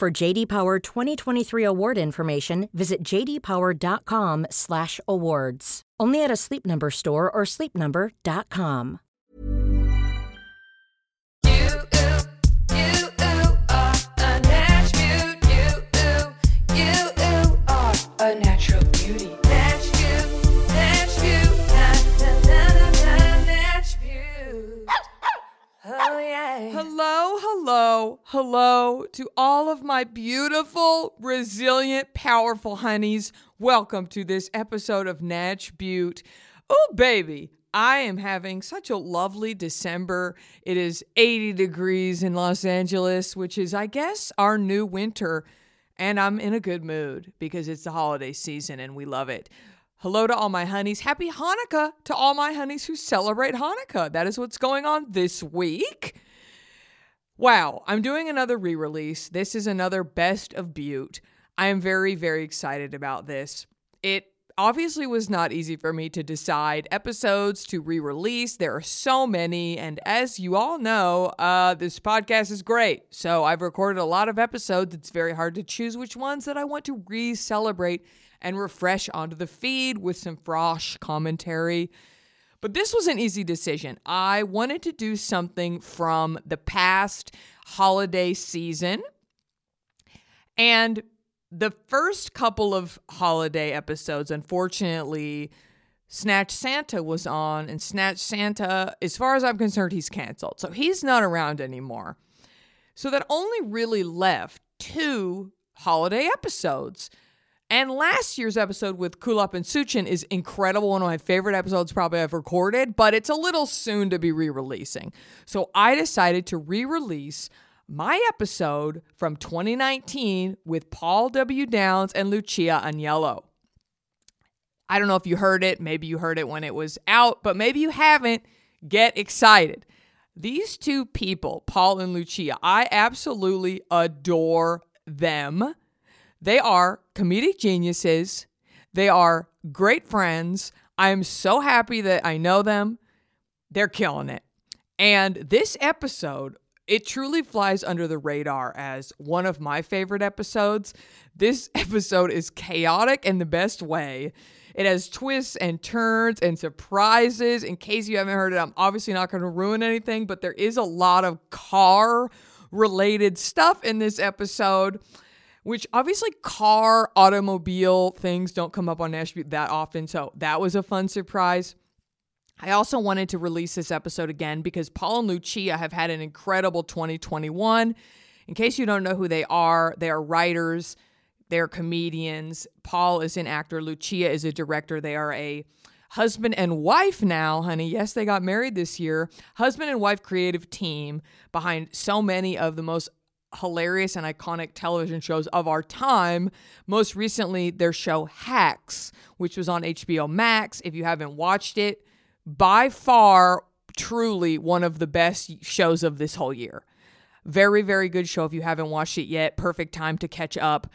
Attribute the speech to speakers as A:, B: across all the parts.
A: For JD Power 2023 award information, visit jdpower.com/awards. Only at a Sleep Number store or sleepnumber.com.
B: Oh,
C: Hello, hello, hello to all of my beautiful, resilient, powerful honeys. Welcome to this episode of Natch Butte. Oh, baby, I am having such a lovely December. It is 80 degrees in Los Angeles, which is, I guess, our new winter. And I'm in a good mood because it's the holiday season and we love it. Hello to all my honeys. Happy Hanukkah to all my honeys who celebrate Hanukkah. That is what's going on this week. Wow, I'm doing another re release. This is another Best of Butte. I am very, very excited about this. It obviously was not easy for me to decide episodes to re release. There are so many. And as you all know, uh, this podcast is great. So I've recorded a lot of episodes. It's very hard to choose which ones that I want to re celebrate and refresh onto the feed with some frosh commentary. But this was an easy decision. I wanted to do something from the past holiday season. And the first couple of holiday episodes, unfortunately, Snatch Santa was on, and Snatch Santa, as far as I'm concerned, he's canceled. So he's not around anymore. So that only really left two holiday episodes. And last year's episode with Kulop and Suchin is incredible. One of my favorite episodes probably I've recorded, but it's a little soon to be re releasing. So I decided to re release my episode from 2019 with Paul W. Downs and Lucia Agnello. I don't know if you heard it. Maybe you heard it when it was out, but maybe you haven't. Get excited. These two people, Paul and Lucia, I absolutely adore them. They are comedic geniuses. They are great friends. I am so happy that I know them. They're killing it. And this episode, it truly flies under the radar as one of my favorite episodes. This episode is chaotic in the best way. It has twists and turns and surprises. In case you haven't heard it, I'm obviously not going to ruin anything, but there is a lot of car related stuff in this episode which obviously car automobile things don't come up on Nashville that often so that was a fun surprise i also wanted to release this episode again because paul and lucia have had an incredible 2021 in case you don't know who they are they are writers they're comedians paul is an actor lucia is a director they are a husband and wife now, honey. Yes, they got married this year. Husband and wife creative team behind so many of the most hilarious and iconic television shows of our time. Most recently, their show Hacks, which was on HBO Max. If you haven't watched it, by far, truly one of the best shows of this whole year. Very, very good show. If you haven't watched it yet, perfect time to catch up.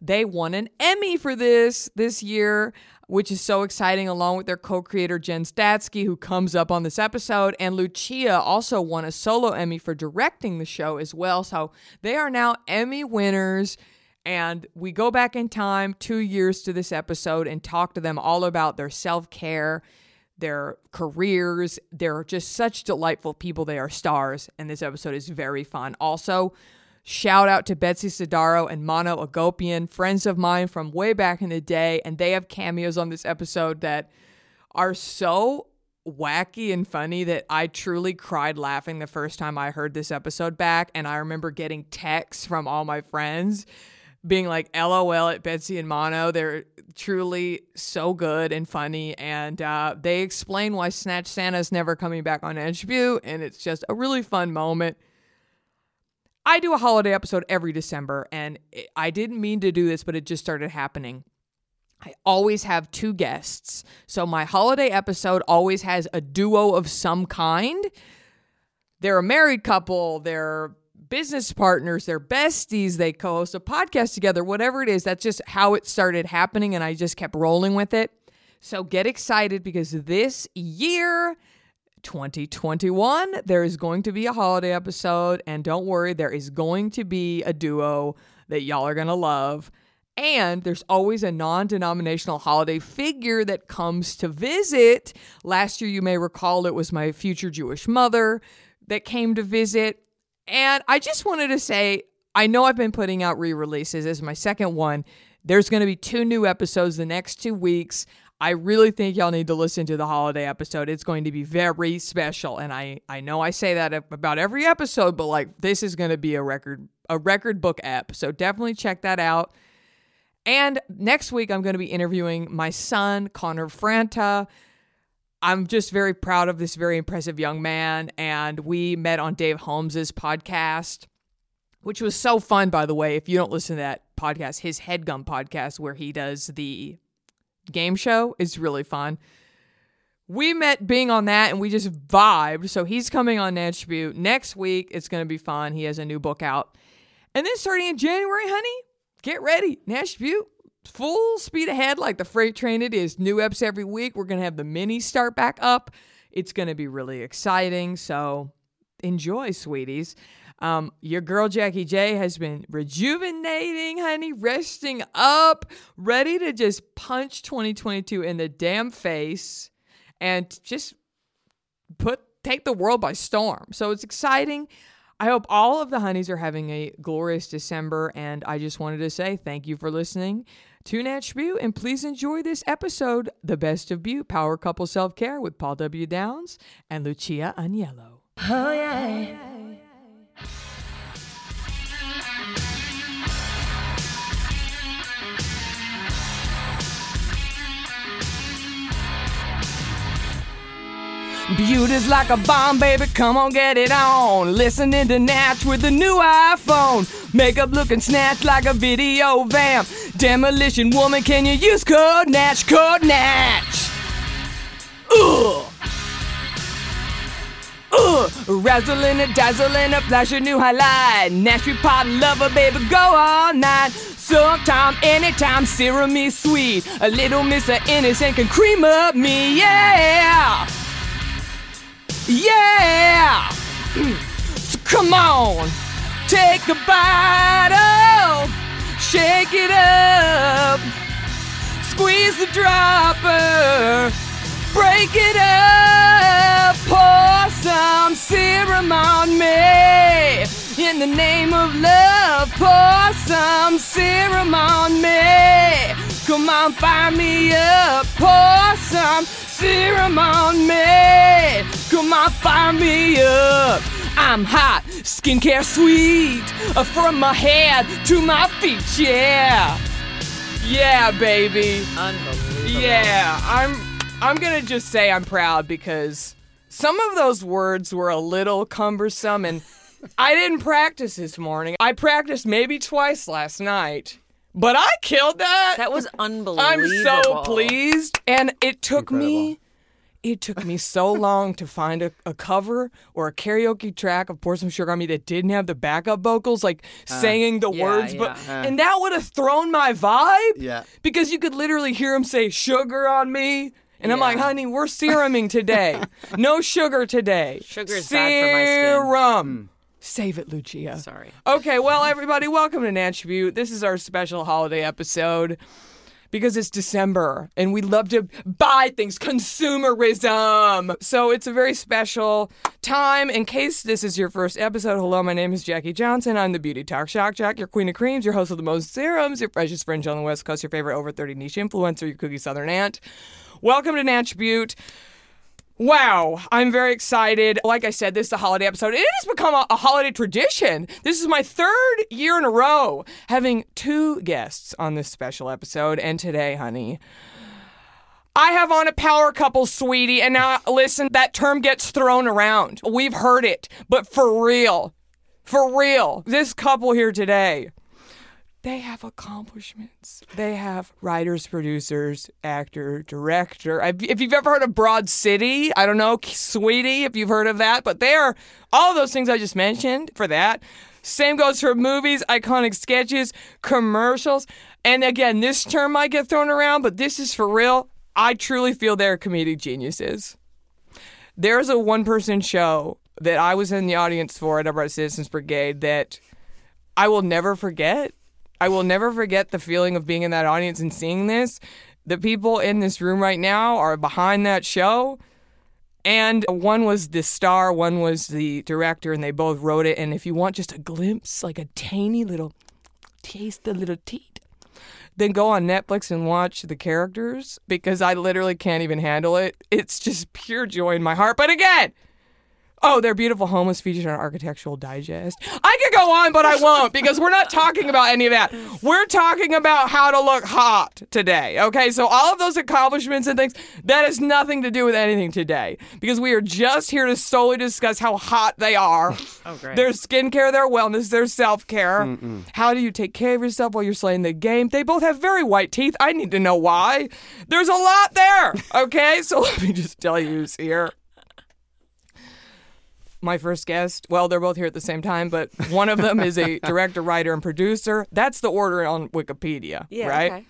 C: They won an Emmy for this this year, which is so exciting, along with their co creator Jen Statsky, who comes up on this episode. And Lucia also won a solo Emmy for directing the show as well. So they are now Emmy winners. And we go back in time two years to this episode and talk to them all about their self care, their careers. They're just such delightful people. They are stars. And this episode is very fun. Also, Shout out to Betsy Sidaro and Mono Agopian, friends of mine from way back in the day, and they have cameos on this episode that are so wacky and funny that I truly cried laughing the first time I heard this episode back. And I remember getting texts from all my friends being like, LOL at Betsy and Mono. They're truly so good and funny. And uh, they explain why Snatch Santa's never coming back on Edgeview. And it's just a really fun moment. I do a holiday episode every December, and it- I didn't mean to do this, but it just started happening. I always have two guests. So my holiday episode always has a duo of some kind. They're a married couple, they're business partners, they're besties, they co host a podcast together, whatever it is. That's just how it started happening. And I just kept rolling with it. So get excited because this year, 2021, there is going to be a holiday episode. And don't worry, there is going to be a duo that y'all are going to love. And there's always a non denominational holiday figure that comes to visit. Last year, you may recall, it was my future Jewish mother that came to visit. And I just wanted to say, I know I've been putting out re releases. This is my second one. There's going to be two new episodes the next two weeks. I really think y'all need to listen to the holiday episode. It's going to be very special. And I, I know I say that about every episode, but like this is going to be a record a record book app. So definitely check that out. And next week I'm going to be interviewing my son, Connor Franta. I'm just very proud of this very impressive young man. And we met on Dave Holmes's podcast, which was so fun, by the way. If you don't listen to that podcast, his Headgum podcast, where he does the game show, is really fun. We met being on that and we just vibed. So he's coming on Nashville next week. It's going to be fun. He has a new book out. And then starting in January, honey, get ready. Nashville, full speed ahead like the freight train it is. New eps every week. We're going to have the mini start back up. It's going to be really exciting. So enjoy, sweeties. Um, your girl Jackie J has been rejuvenating, honey, resting up, ready to just punch 2022 in the damn face and just put take the world by storm. So it's exciting. I hope all of the honeys are having a glorious December, and I just wanted to say thank you for listening to Natch View, and please enjoy this episode, The Best of Butte, Power Couple Self Care with Paul W. Downs and Lucia Agnello.
D: Oh yeah.
C: Butte is like a bomb, baby. Come on, get it on. Listening to Natch with the new iPhone. Makeup looking snatched like a video vamp. Demolition woman, can you use code Natch? Code Natch. Ugh. Ugh. Razzling and dazzling, a flash of new highlight. Natch pot lover, baby, go all night. Sometime, anytime, serum me sweet. A little miss of innocent can cream up me, yeah. Yeah! so come on, take a bite of, shake it up, squeeze the dropper, break it up, pour some serum on me. In the name of love, pour some serum on me. Come on, fire me up, pour some serum on me. Come on, fire me up. I'm hot, skincare sweet, uh, from my head to my feet, yeah. Yeah, baby.
D: Unbelievable.
C: Yeah, I'm I'm going to just say I'm proud because some of those words were a little cumbersome and I didn't practice this morning. I practiced maybe twice last night, but I killed that.
D: That was unbelievable.
C: I'm so pleased and it took me it took me so long to find a, a cover or a karaoke track of Pour Some Sugar on Me that didn't have the backup vocals, like saying the
D: yeah,
C: words, but
D: yeah.
C: and that would have thrown my vibe.
E: Yeah.
C: Because you could literally hear him say sugar on me. And I'm like,
D: Yeah.
C: honey, we're seruming today. no sugar today.
D: Sugar's bad for my skin. Hmm.
C: Serum. Save it, Lucia.
D: Sorry.
C: Okay, well, everybody, welcome to Natchview. This is our special holiday episode because it's December and we love to buy things, consumerism. So it's a very special time. In case this is your first episode, hello, my name is Jackie Johnson. I'm the Beauty Talk Shock Jack, your queen of creams, your host of the most serums, your freshest fringe on the West Coast, your favorite over 30 niche influencer, your cookie southern aunt. Welcome to Natch Butte. Wow, I'm very excited. Like I said, this is a holiday episode. It has become a, a holiday tradition. This is my third year in a row having two guests on this special episode. And today, honey, I have on a power couple, sweetie. And now, listen, that term gets thrown around. We've heard it, but for real, For real. This couple here today, they have accomplishments. They have writers, producers, actor, director. If if you've ever heard of Broad City, I don't know, Sweetie, if you've heard of that, but they are all those things I just mentioned for that. Same goes for movies, iconic sketches, commercials. And again, this term might get thrown around, but this is for real. I truly feel they're comedic geniuses there's a one person show that I was in the audience for at Upright Citizens Brigade that I will never forget. I will never forget the feeling of being in that audience and seeing this. The people in this room right now are behind that show. And one was the star, one was the director, and they both wrote it. And if you want just a glimpse, like a tiny little taste, a little teat, then go on Netflix and watch the characters because I literally can't even handle it. It's just pure joy in my heart. But again, oh, their beautiful home was featured on Architectural Digest. I could go on, but I won't because we're not talking about any of that. We're talking about how to look hot today. Okay, so all of those accomplishments and things that has nothing to do with anything today because we are just here to solely discuss how hot they are.
D: Oh, great.
C: Their skincare, their wellness, their self care. How do you take care of yourself while you're slaying the game? They both have very white teeth. I need to know why. There's a lot there. Okay, so let me just tell you who's here. My first guest, well, they're both here at the same time, but one of them is a director, writer, and producer. That's the order on Wikipedia,
D: yeah,
C: right?
D: okay.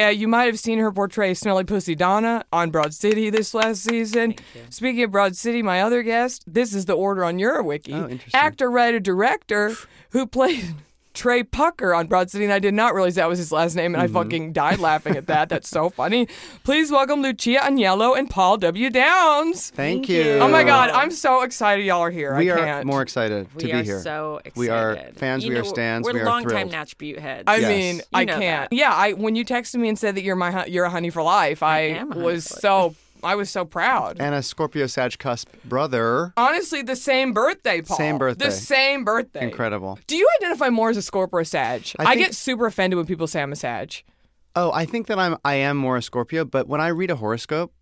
C: Uh, you might have seen her portray Smelly Pussy Donna on Broad City this last season. Speaking of Broad City, my other guest, this is the order on your wiki.
E: Oh, interesting.
C: Actor, writer, director who played Trey Pucker on Broad City, and I did not realize that was his last name,
E: Mm-hmm.
C: and I fucking died laughing at that. That's so funny. Please welcome Lucia Agnello and Paul W. Downs.
E: Thank,
D: Thank
E: you.
D: you.
C: Oh my God, I'm so excited y'all are here.
E: We
C: I
E: are
C: can't.
E: more excited to
D: we
E: be
D: are
E: here.
D: so excited.
E: We are fans.
D: You
E: we
D: know,
E: are stands.
D: We're
E: we are
D: longtime
E: thrilled.
D: Natch Butte heads.
C: I
E: Yes.
C: mean,
E: You
C: I
D: know
C: can't.
D: that.
C: Yeah, I when you texted me and said that you're my hu- you're a honey for life, I,
D: am a honey
C: was
D: for life.
C: so I was so proud.
E: And a Scorpio Sag cusp brother.
C: Honestly, the same birthday, Paul.
E: Same birthday.
C: The same birthday.
E: Incredible.
C: Do you identify more as a Scorpio or Sag? I,
E: think-
C: get super offended when people say I'm a Sag.
E: Oh, I think that I'm I am more a Scorpio, but when I read a horoscope,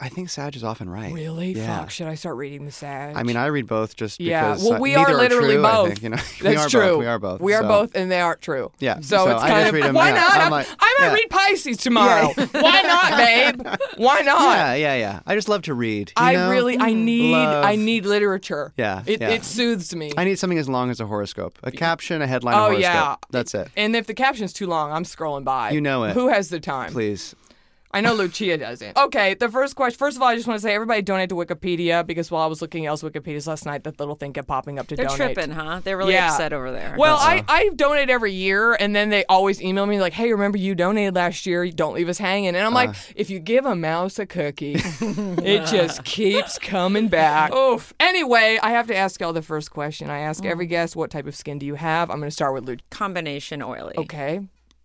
E: I think Sag is often right.
C: Really?
E: Yeah.
C: Fuck. Should I start reading the Sag?
E: I mean, I read both just
C: yeah.
E: because.
C: well,
E: uh,
C: we
E: neither
C: are literally
E: true, I
C: both.
E: think, you know?
C: That's
E: we are
C: true.
E: Both. We are both.
C: We are
E: so-
C: both, and they aren't true.
E: Yeah,
C: So,
E: so
C: it's
E: I
C: kind
E: just
C: of
E: read 'em,
C: why
E: yeah,
C: not?
E: I'm
C: I'm-
E: like-
C: I might
E: yeah.
C: read Pisces tomorrow. why not, babe? Why not?
E: Yeah, yeah, yeah. I just love to read. you
C: I
E: know? Hmm.
C: really, I need,
E: love-
C: I need literature.
E: Yeah,
C: it,
E: yeah.
C: it soothes me.
E: I need something as long as a horoscope. A caption, a headline, a
C: oh
E: horoscope.
C: yeah,
E: That's it.
C: And if the caption's too long, I'm scrolling by.
E: You know it.
C: Who has the time?
E: Please.
C: I know Lucia doesn't. Okay, the first question. First of all, I just want to say everybody donate to Wikipedia because while I was looking at else Wikipedia's last night, that little thing kept popping up to
D: They're
C: donate.
D: tripping, huh? They're really
C: Yeah.
D: upset over there.
C: Well, I, I donate every year, and then they always email me like, "Hey, remember you donated last year? Don't leave us hanging." And I'm like, if you give a mouse a cookie, it just keeps coming back. Oof. Anyway, I have to ask y'all the first question. I ask every guest, "What type of skin do you have?" I'm going to start with Luke.
D: combination oily.
C: Okay,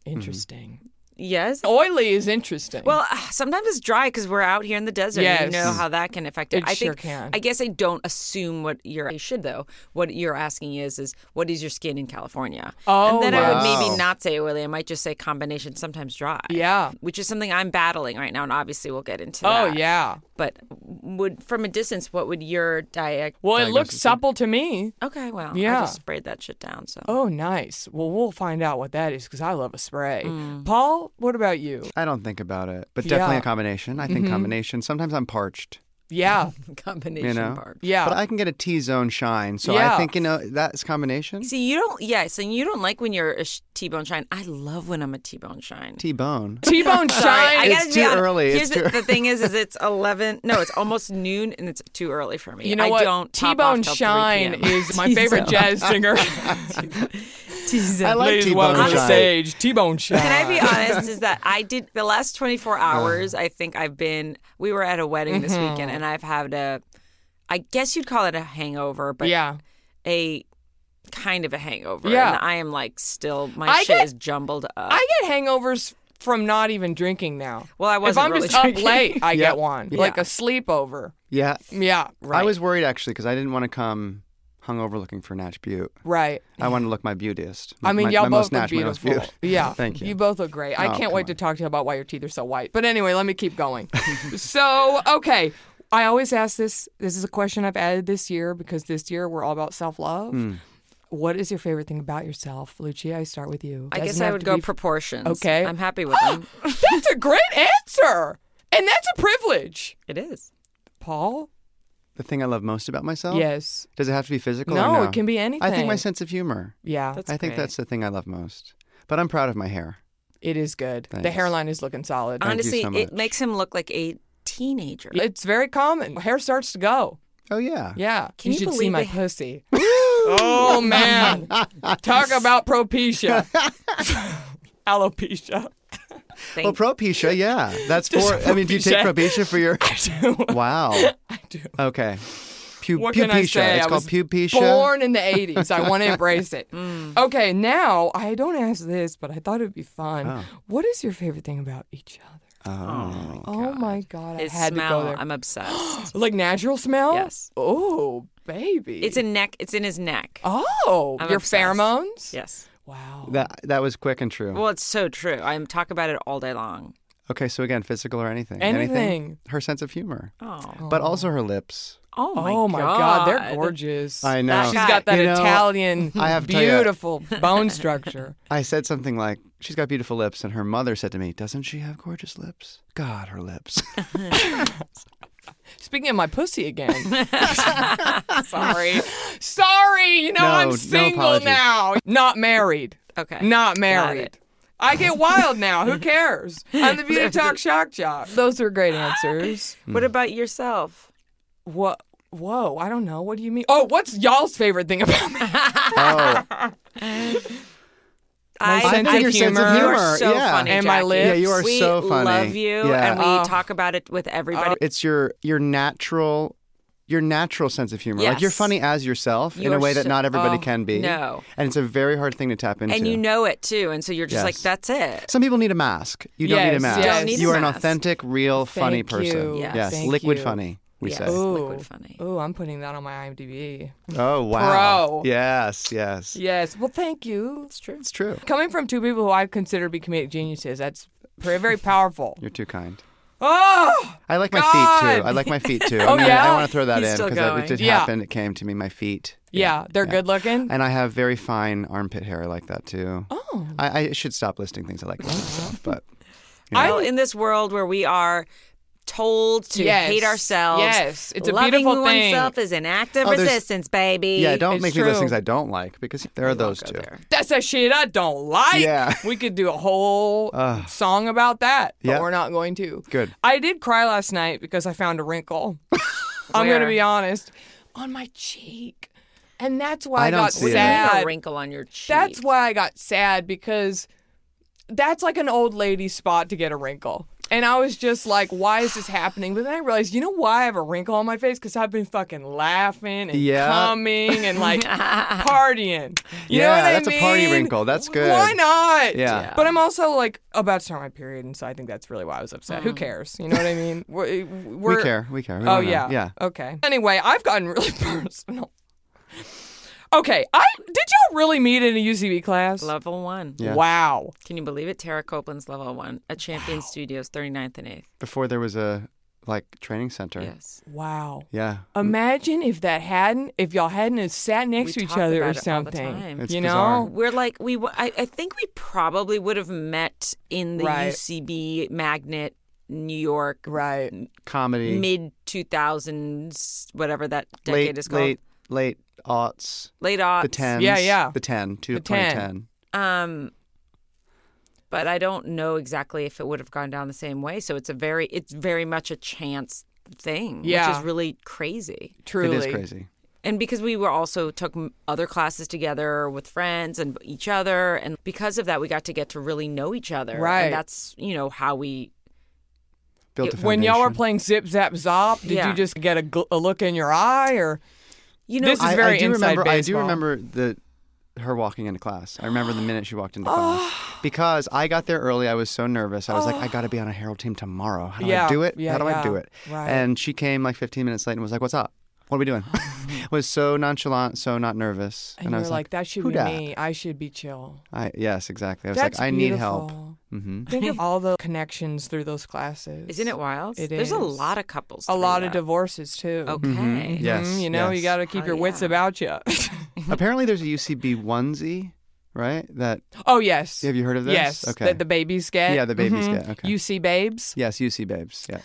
C: interesting.
D: Yes.
C: Oily is interesting.
D: Well, ah, sometimes it's dry because we're out here in the desert.
C: Yes.
D: You know how that can affect it.
C: It
D: I
C: sure
D: think,
C: can.
D: I guess I don't assume what you're. I should though. What you're asking is, is what is your skin in California?
C: Oh,
D: and then I would
E: wow.
D: maybe not say oily. I might just say combination. Sometimes dry.
C: yeah.
D: Which is something I'm battling right now, and obviously we'll get into
C: Oh
D: that.
C: yeah.
D: But would from a distance, what would your diet?
C: Well, it looks supple to me.
D: Okay, well,
C: Yeah.
D: I just sprayed that shit down. So
C: Oh, nice. Well, we'll find out what that is because I love a spray. Paul, what about you?
E: I don't think about it, but definitely
C: Yeah. Mm-hmm.
E: a combination. I think combination. Sometimes I'm parched.
C: Yeah,
D: combination
E: You know?
D: part.
C: yeah.
E: But I can get a T zone shine. So
C: Yeah.
E: I think, you know, that's combination.
D: See, you don't. Yeah, so you don't like when you're a sh- T-bone shine. I love when I'm a T-bone shine.
E: T bone.
C: T-bone
D: Sorry, I
C: shine.
E: It's
D: gotta be
E: too
D: honest.
E: early.
D: Here's
E: It's too
D: the, the thing is, is it's eleven. No, it's almost noon, and it's too early for me.
C: You know
D: I
C: what?
D: don't pop
C: T-bone
D: off till 3
C: Shine
D: p.m.
C: is my favorite jazz singer.
D: T-zone.
E: I like
C: Please
E: T bone
C: welcome to
D: Honestly-
E: shine.
C: stage T-bone Shine.
D: Can I be honest? Is that I did the last 24
C: Uh.
D: hours. I think I've been. We were at a wedding this
C: Mm-hmm.
D: weekend, and I've had a. I guess you'd call it a hangover, but
C: Yeah.
D: a kind of a hangover.
C: Yeah.
D: and I am like still my
C: I
D: shit
C: get-
D: is jumbled up.
C: I get hangovers from not even drinking now.
D: well, I wasn't
C: if I'm
D: really
C: just
D: drinking.
C: up late, I
E: Yeah.
C: get one, like a sleepover.
E: Yeah.
C: Yeah, right.
E: I was worried actually because I didn't want to come hungover looking for Natch Butte.
C: right.
E: I want to look my beautiest.
C: I mean,
E: my,
C: y'all
E: my most
C: both
E: Natch,
C: look
E: my most
C: beautiful.
E: Butte.
C: Yeah,
E: Thank you.
C: You both look great. I
E: Oh,
C: can't
E: come
C: wait to talk to you about why your teeth are so white. But anyway, let me keep going. so, okay, I always ask this. This is a question I've added this year because this year we're all about self love.
E: Hmm.
C: What is your favorite thing about yourself, Lucia? I start with you.
D: I
C: Doesn't
D: guess I
C: have
D: would
C: to
D: go
C: be-
D: proportions.
C: Okay.
D: I'm happy with them.
C: that's a great answer, and that's a privilege,
D: It is.
C: Paul.
E: The thing I love most about myself?
C: Yes.
E: Does it have to be physical? or
C: No,
E: no,
C: it can be
E: I think my
C: anything.
E: sense of humor.
C: Yeah,
D: That's
E: I think
D: great.
E: that's the thing I love most. But I'm proud of my hair.
C: it is good. The
E: Thanks.
C: hairline is looking solid.
E: Thank you
D: Honestly,
E: so
D: it
E: much.
D: makes him look like a teenager.
C: It's very common. Hair starts to go.
E: Oh yeah.
C: Yeah.
D: Can you
C: should see
D: believe
C: my
D: it?
C: pussy. oh man. Talk about propecia. Alopecia.
D: Thank
E: Well, Propecia, yeah. That's for. I mean, do you take Propecia for your? Wow.
C: I do.
E: Okay. Pu-
C: What can I
E: pupecia.
C: say?
E: It's
C: I
E: called
C: was
E: pupecia.
C: Born in the 80s. I want to embrace it. Okay, now I don't ask this, but I thought it would be fun. What is your favorite thing about each other?
E: Oh.
C: Oh my God.
D: His
C: I had
D: smell.
C: to go there.
D: I'm obsessed.
C: Like natural smell?
D: Yes.
C: Oh, baby.
D: it's a neck. It's in his neck.
C: Oh,
D: I'm
C: your
D: obsessed.
C: pheromones?
D: Yes.
C: Wow.
E: That that was quick and true.
D: Well, it's so true. I'm talk about it all day long.
E: Okay, so again, physical or anything?
C: Anything.
E: Her sense of humor,
D: Oh.
E: but also her lips.
D: Oh my.
C: oh my God. They're
D: God.
C: gorgeous.
E: I know.
D: That
C: She's
D: guy-
C: got that
E: You know,
C: Italian,
E: I have to tell you-
C: beautiful bone structure.
E: I said something like, "She's got beautiful lips," and her mother said to me, "Doesn't she have gorgeous lips?" God, her lips.
C: Speaking of my pussy again. Sorry. Sorry. You know,
E: No,
C: I'm
E: no
C: single
E: apologies.
C: now. Not married.
D: Okay.
C: Not married.
D: it.
C: I get wild now. Who cares? I'm the beauty talk shock jock. Those are great answers.
E: Hmm.
D: What about yourself?
C: What? Whoa, I don't know. What do you mean? Oh, what's y'all's favorite thing about me?
E: oh,
D: I,
C: sense of
D: you-
C: humor.
D: You are so
E: Yeah.
D: funny,
C: And my
D: Jackie.
C: lips.
E: yeah, you are
D: we
E: so funny.
D: love you,
E: Yeah, Oh.
D: and we
C: Oh.
D: talk about it with everybody.
E: it's your your natural. Your natural sense of humor. Like you're
D: Yes.
E: funny as yourself in
D: You
E: a
D: are
E: way that
D: so-
E: not everybody
C: oh,
E: can be.
D: no.
E: And it's a very hard thing to tap into.
D: and you know it too, and so you're just like,
E: Yes.
D: that's it.
E: Some people need a mask. You don't need a
C: Yes,
E: mask.
C: yes. Don't
D: need a
E: you are an
D: mask.
E: authentic, real, funny
C: Thank
E: person.
C: you.
D: Yes.
C: Thank
E: liquid
C: you.
E: funny. We
D: Yes.
E: say.
D: Ooh.
E: Oh
D: Liquid funny.
C: Ooh, I'm putting that on my IMDb.
E: wow.
C: Pro.
E: Yes, yes.
C: Yes. Well, thank you. It's true.
E: It's true.
C: Coming from two people who I consider to be comedic geniuses, that's very, very powerful.
E: You're too kind.
C: Oh,
E: I like my feet too. I like my feet too.
C: Oh,
E: I, mean,
C: yeah?
E: I want to throw that
D: He's
E: in
D: still
E: because
D: going.
E: it did
C: Yeah.
E: happen. It came to me. My feet.
C: yeah, they're good looking.
E: And I have very fine armpit hair. I like that too. Oh. I, I should stop listing things I like about
C: Oh.
E: myself, but
D: Well, in this world where we are told to
C: Yes.
D: hate ourselves,
C: Yes. It's a
D: loving
C: beautiful thing.
D: oneself is an act of
E: Oh, there's-
D: resistance, baby.
E: yeah, don't
C: It's
E: make me list
C: true.
E: things I don't like because there are those two.
D: there.
C: That's a shit I don't like.
E: Yeah.
C: We could do a whole song about that, but
E: Yeah.
C: we're not going to.
E: Good.
C: I did cry last night because I found a wrinkle. I'm going to
D: Where?
C: be honest. On my cheek. And that's why I,
E: I don't
C: got
E: see it.
D: There's
C: sad.
D: a wrinkle on your cheek.
C: That's why I got sad because that's like an old lady spot to get a wrinkle. And I was just like, why is this happening? But then I realized, you know why I have a wrinkle on my face? Because I've been fucking laughing and
E: Yeah.
C: coming and like partying. You know
E: Yeah,
C: what I
E: that's a party
C: mean?
E: wrinkle. That's good.
C: Why not?
E: Yeah. Yeah.
C: But I'm also like about to start my period. And so I think that's really why I was upset. Who cares? You know what I mean? We're,
E: Mm. We
C: we're,
E: care. We care. We
C: Oh
E: wanna know.
C: yeah.
E: Yeah.
C: Okay. Anyway, I've gotten really personal. Okay. I did y'all really meet in a UCB class?
D: level one.
E: Yeah.
C: Wow.
D: Can you believe it? Tara Copeland's level one, a Champion Studios 39th and 8th.
E: Before there was a like training center.
D: Yes.
C: Wow.
E: Yeah.
C: Oh, Imagine if that hadn't, if y'all hadn't have sat next
D: We
C: to each
D: talk
C: other or
D: about it all the
C: something.
D: time.
E: It's
C: you
E: bizarre.
D: Oh,
C: know?
D: We're like we. w- I, I think we probably would have met in the
C: Right.
D: UCB Magnet, New York,
C: Right.
E: Comedy.
D: mid two thousands, whatever that decade
E: late,
D: is called.
E: late, late aughts.
D: late aughts.
E: The tens.
C: Yeah, yeah.
E: The ten. Two
C: The 10.
E: 2010.
D: Um, but I don't know exactly if it would have gone down the same way. So it's a very, it's very much a chance thing, which
C: Yeah.
D: is really crazy.
C: Truly.
E: It is crazy.
D: And because we were also took m- other classes together with friends and each other, and because of that, we got to get to really know each other.
C: Right.
D: And that's you know how we.
E: Built a
C: When y'all were
E: foundation.
C: playing Zip Zap Zop, did
D: Yeah.
C: you just get a, gl- a look in your eye or?
D: You know,
C: This is
E: I,
C: very
E: I do
C: inside
E: remember.
C: baseball.
E: I do remember the her walking into class. I remember the minute she walked into class
C: Oh.
E: because I got there early. I was so nervous. I was like, I got to be on a Herald team tomorrow. How do
C: Yeah,
E: I do it?
C: yeah,
E: How do
C: yeah.
E: I do it?
C: Right.
E: And she came like 15 minutes late and was like, What's up? What are we doing? was so nonchalant, so not nervous.
C: And,
E: I
C: you're
E: was
C: like, that should
E: who
C: be
E: dat?
C: me. I should be chill.
E: I, yes, exactly. I was
C: That's
E: like, I need help.
C: beautiful. Mm-hmm,
E: hmm
C: Think of all the connections through those classes.
D: Isn't it wild?
C: It
D: There's a
C: is.
D: lot of couples.
C: A
D: through
C: lot of
D: that.
C: divorces too.
D: Okay.
E: Mhm. Yes.
C: Mm, you know, you
E: yes.
C: got to keep
D: Hell
C: your wits
D: Oh, yeah.
C: about you.
E: Apparently, there's a UCB onesie, right? That
C: oh yes.
E: have you heard of this?
C: Yes.
E: Okay.
C: That the babies get.
E: Yeah, the babies
C: Mhm.
E: get, okay.
C: UC babes.
E: yes, UC babes. Yeah.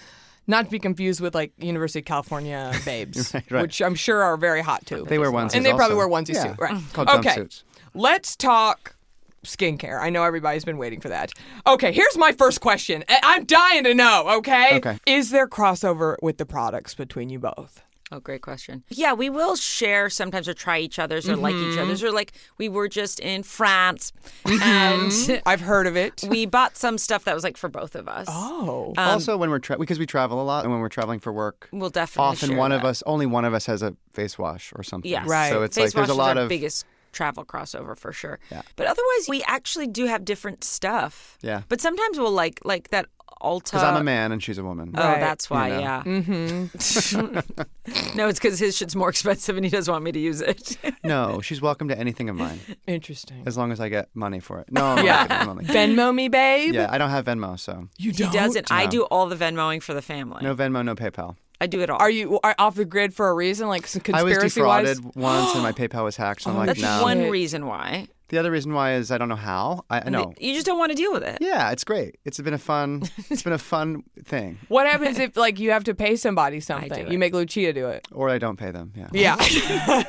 C: Not to be confused with like University of California babes,
E: Right, right.
C: which I'm sure are very hot too.
E: They wear onesies.
C: and they probably
E: also.
C: wear onesies
E: yeah.
C: too. Right.
E: Called
C: okay.
E: jumpsuits.
C: Let's talk skincare. I know everybody's been waiting for that. Okay, here's my first question. I- I'm dying to know, okay?
E: Okay.
C: Is there crossover with the products between you both?
D: Oh, great question. Yeah, we will share sometimes or try each other's or like
C: Mm-hmm.
D: each other's or like we were just in France and
C: I've heard of it.
D: we bought some stuff that was like for both of us. Um,
C: Oh.
E: also, when we're tra- because we travel a lot, and when we're traveling for work,
D: We'll definitely
E: often
D: share
E: one of
D: that.
E: us, only one of us, has a face wash or something.
D: Yes.
C: Right.
E: So it's
D: Face
E: like there's a
D: wash is
E: lot
D: our
E: of
D: biggest travel crossover for sure. But otherwise, we actually do have different stuff.
E: Yeah.
D: But sometimes we'll like like that Ulta.
E: because I'm a man and she's a woman.
D: Oh,
C: Right.
D: that's why.
E: know.
D: Yeah. Mm-hmm. no, it's because his shit's more expensive and he doesn't want me to use it.
E: No, she's welcome to anything of mine
C: Interesting.
E: as long as I get money for it. No, I'm
C: Yeah.
E: not kidding, I'm only-
C: Venmo me, babe.
E: yeah, I don't have Venmo, so
C: You
D: he
C: don't.
D: doesn't. I do all the Venmoing for the family.
E: no Venmo, no PayPal.
D: I do it all.
C: Are you are off the grid for a reason? Like some
E: I was
C: conspiracy wise?
E: defrauded once, and my PayPal was hacked. So I'm like,
D: Oh, That's
E: no.
D: one
C: Shit.
D: reason why.
E: The other reason why is I don't know how. I know.
D: You just don't want to deal with it.
E: Yeah, it's great. It's been a fun. It's been a fun thing.
C: What happens if like you have to pay somebody something?
D: it.
C: You make Lucia do it.
E: Or I don't pay them. Yeah.
C: Yeah.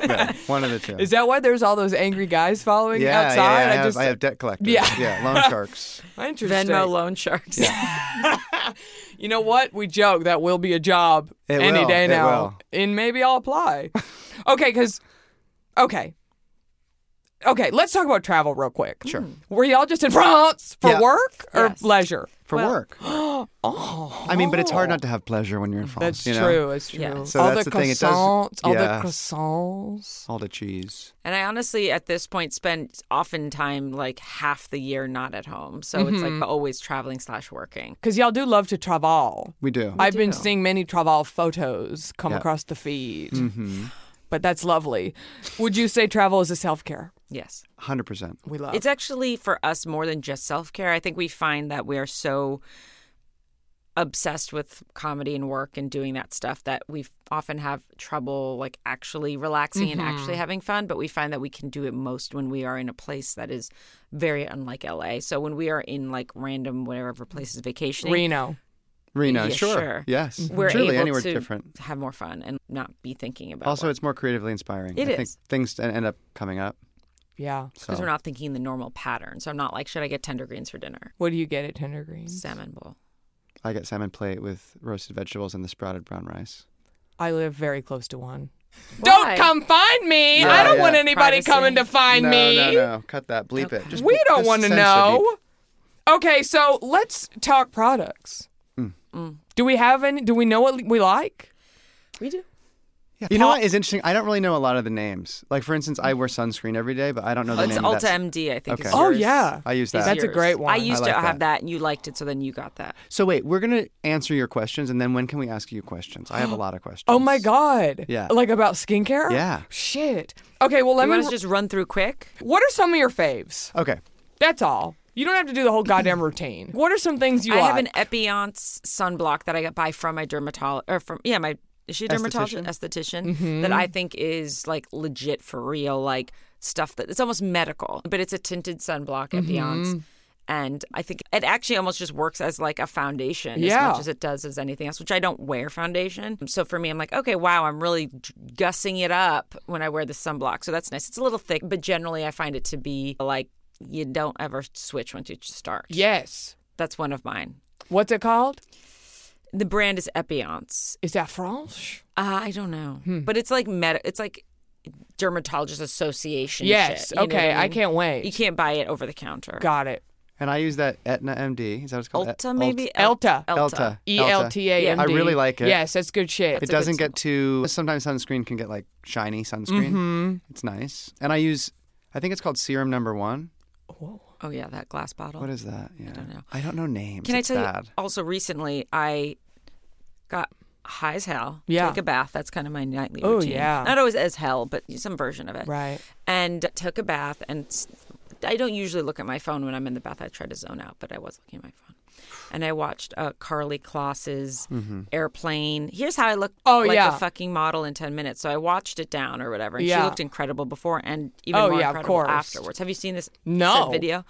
E: Yeah, one of the two.
C: Is that why there's all those angry guys following
E: yeah, yeah,
C: outside?
E: yeah, I, have,
C: just
E: I have debt collectors.
C: Yeah.
E: yeah, loan sharks.
C: interesting.
D: Venmo loan sharks.
C: You know what? We joke that will be a job
E: It
C: any
E: will,
C: day
E: it
C: now,
E: will.
C: and maybe I'll apply. okay, because okay, okay. Let's talk about travel real quick. Sure. Were y'all just in France for
E: Yeah.
C: work or
D: Yes.
C: leisure?
E: for work. oh. I mean, but it's hard not to have pleasure when you're in France.
C: That's
E: you know?
C: true. It's true.
D: Yeah.
E: So
C: all
E: that's
C: the
E: the thing, it does-
C: croissants. All
E: yeah.
C: the croissants.
E: All the cheese.
D: And I honestly, at this point, spend oftentimes like half the year not at home. So it's
C: Mm-hmm.
D: like always traveling slash working.
C: Because y'all do love to travel.
E: We do.
C: I've been seeing many travel photos come
E: Yeah.
C: across the feed. Mm-hmm. But that's lovely. Would you say travel is a self care?
D: Yes.
E: Hundred percent.
C: We love.
D: It's actually for us more than just self care. I think we find that we are so obsessed with comedy and work and doing that stuff that we often have trouble like actually relaxing and actually
E: Mm-hmm.
D: having fun but we find that we can do it most when we are in a place that is very unlike LA so when we are in like random wherever places vacationing
C: Reno.
E: Reno.
D: Yeah,
E: sure.
D: sure.
E: Yes.
D: we're
E: Truly,
D: able
E: anywhere
D: to
E: different.
D: have more fun and not be thinking about
E: Also,
D: work.
E: it's more creatively inspiring.
D: It
E: I think
D: is.
E: things en- end up coming up.
C: Yeah.
E: So
D: because we're not thinking the normal pattern. So I'm not like, should I get tender greens for dinner?
C: What do you get at Tender Greens?
D: Salmon bowl.
E: I get salmon plate with roasted vegetables and the sprouted brown rice.
C: I live very close to one.
D: Why?
C: Don't come find me.
E: Yeah,
C: I don't
E: yeah.
C: want anybody
D: Privacy.
C: coming to find
E: no,
C: me.
E: no, no. Cut that. Bleep it. Just
C: We don't
E: just
C: want to
E: censor deep.
C: know. Okay, so let's talk products. Do we have any? Do we know what we like?
D: We do.
E: You know what is interesting? I don't really know a lot of the names. Like for instance, I wear sunscreen every day, but I don't know the
D: it's
E: name.
D: Ulta
E: of that.
D: MD, I think. is
E: Okay.
C: Oh,
D: yours.
C: yeah.
E: I use
D: Is
E: that.
C: That's a
D: yours.
C: great one.
D: I used
E: I like
D: to
E: that.
D: have that, and you liked it, so then you got that.
E: So wait, we're gonna answer your questions, and then when can we ask you questions? I have a lot of questions.
C: Oh my god!
E: Yeah.
C: Like about skincare?
E: Yeah.
C: Shit. Okay. Well, let
D: You
C: me.
D: want us to just run through quick?
C: What are some of your faves?
E: Okay.
C: That's all. You don't have to do the whole goddamn routine. What are some things you
D: I
C: like?
D: have an e- Epionce sunblock that I got buy from my dermatologist, or from yeah, my is she a dermatologist esthetician
C: Mm-hmm.
D: that I think is like legit for real, like stuff that it's almost medical, but it's a tinted sunblock
C: Mm-hmm.
D: Epionce. And I think it actually almost just works as like a foundation
C: Yeah.
D: as much as it does as anything else, which I don't wear foundation. So for me, I'm like, okay, wow, I'm really gussing it up when I wear the sunblock. So that's nice. It's a little thick, but generally I find it to be like you don't ever switch once you start.
C: yes.
D: That's one of mine.
C: What's it called?
D: The brand is Epionce.
C: Is that French?
D: Uh, I don't know,
C: Hmm.
D: but it's like med. It's like dermatologist association.
C: Yes.
D: shit, you know
C: okay.
D: what I,
C: I
D: mean?
C: can't wait.
D: You can't buy it over the counter.
C: Got it.
E: And I use that Etna MD. Is that what it's called?
D: Ulta, maybe
C: Ult- Elta.
E: Ulta.
D: Elta.
C: E L T A M D.
E: I really like it.
C: Yes, that's good shit.
E: it
D: a good
E: doesn't get too. Sometimes sunscreen can get like shiny sunscreen. It's nice. And I use. I think it's called Serum Number One.
D: Oh yeah, that glass bottle.
E: What is that? Yeah. I don't
D: know.
E: I don't know names.
D: Can I
E: It's
D: tell
E: bad.
D: you? Also, recently I got high as hell.
C: Yeah.
D: Take a bath. That's kind of my nightly
C: Oh,
D: routine.
C: yeah.
D: Not always as hell, but some version of it.
C: Right.
D: And took a bath and s- I don't usually look at my phone when I'm in the bath. I try to zone out, but I was looking at my phone. And I watched uh, Carly Kloss's airplane. Here's how I look
C: Oh,
D: like
C: yeah.
D: a fucking model in 10 minutes. So I watched it down or whatever. And
C: Yeah.
D: she looked incredible before and even
C: Oh,
D: more
C: yeah, of
D: incredible
C: course.
D: afterwards. Have you seen this
C: No.
D: said video?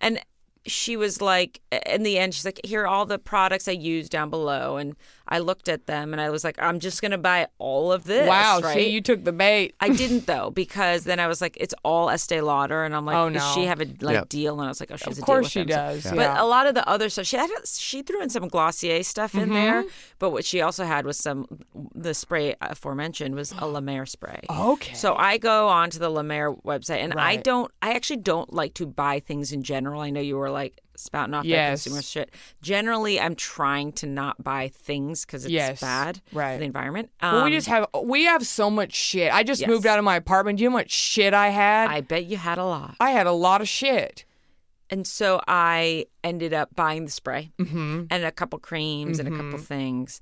D: And she was like, in the end, she's like, here are all the products I use down below. And I looked at them and I was like, I'm just going to buy all of this.
C: wow,
D: right?
C: see, you took the bait.
D: I didn't though because then I was like, it's all Estee Lauder, and I'm like,
C: Oh,
D: does
C: no.
D: she have a like
E: Yep.
D: deal? And I was like, oh, she has
C: Of
D: a deal.
C: course
D: with
C: she
D: them. So-
C: does.
D: But
C: yeah.
D: a lot of the other stuff, she had, she threw in some Glossier stuff in there,
C: Mm-hmm.
D: but what she also had was some the spray aforementioned was a La Mer spray.
C: Okay.
D: So I go onto the La Mer website, and I
C: Oh, Right.
D: don't, I actually don't like to buy things in general. I know you were like spouting off that
C: Yes.
D: consumer shit. Generally, I'm trying to not buy things because it's
C: Yes.
D: bad
C: Right.
D: for the environment.
C: Well,
D: Um,
C: we just have we have so much shit. I just
D: Yes.
C: moved out of my apartment. Do you know how much shit I had?
D: I bet you had a lot.
C: I had a lot of shit.
D: And so I ended up buying the spray
C: Mm-hmm.
D: and a couple creams and a couple things,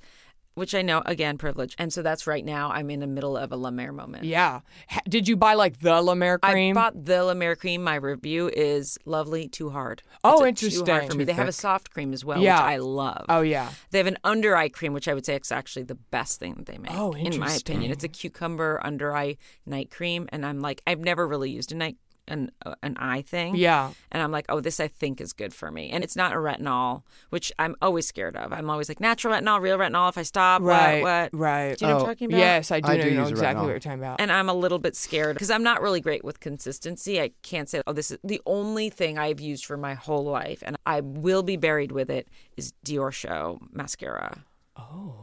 D: which I know, again, privilege. And so that's right now I'm in the middle of a La Mer moment.
C: Yeah. Ha- Did you buy like the La Mer
D: I
C: cream?
D: bought the La Mer cream. My review is lovely, too hard.
C: Oh,
D: It's a Too hard
C: interesting.
D: for me. They have a
E: Too
D: soft cream as well,
C: Yeah.
D: which I love.
C: oh yeah.
D: They have an under eye cream, which I would say is actually the best thing that they make.
C: Oh,
D: in my opinion,
C: interesting.
D: it's a cucumber under eye night cream, and I'm like, I've never really used a night an uh, an eye thing.
C: Yeah.
D: and I'm like, oh, this I think is good for me, and it's not a retinol, which I'm always scared of. I'm always like, natural retinol, real retinol. If I stop,
C: Right.
D: what, what?
C: Right.
D: Do you know what
E: Oh,
D: I'm talking about?
C: Yes, I do,
E: I
C: know,
E: do
C: know
E: use a
C: exactly
E: retinol.
C: what you're talking about.
D: and I'm a little bit scared because I'm not really great with consistency. I can't say, oh, this is the only thing I've used for my whole life, and I will be buried with it. Is Dior Show mascara? Oh,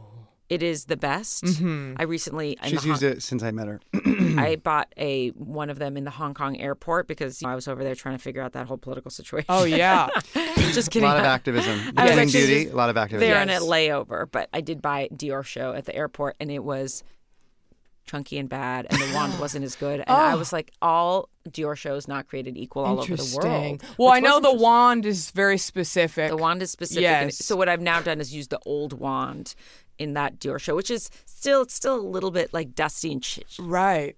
D: it is the best.
C: Mm-hmm.
D: I recently in
E: She's
D: the Hong-
E: used it since I met her.
D: I bought a one of them in the Hong Kong airport because I was over there trying to figure out that whole political situation.
C: oh yeah.
D: just
E: A
D: kidding.
E: lot of activism. The
D: I was
E: clean
D: actually
E: beauty,
D: just
E: a lot of activism.
D: They're in a layover, but I did buy Dior show at the airport, and it was chunky and bad, and the wand wasn't as good. And
C: Oh.
D: I was like, all Dior shows not created equal all over the
C: Interesting.
D: world.
C: Well,
D: which
C: I know
D: was
C: the
D: interesting.
C: wand is very specific.
D: The wand is specific. and-
C: Yes.
D: So what I've now done is use the old wand in that Dior show, which is still it's still a little bit like dusty and shit.
C: Right.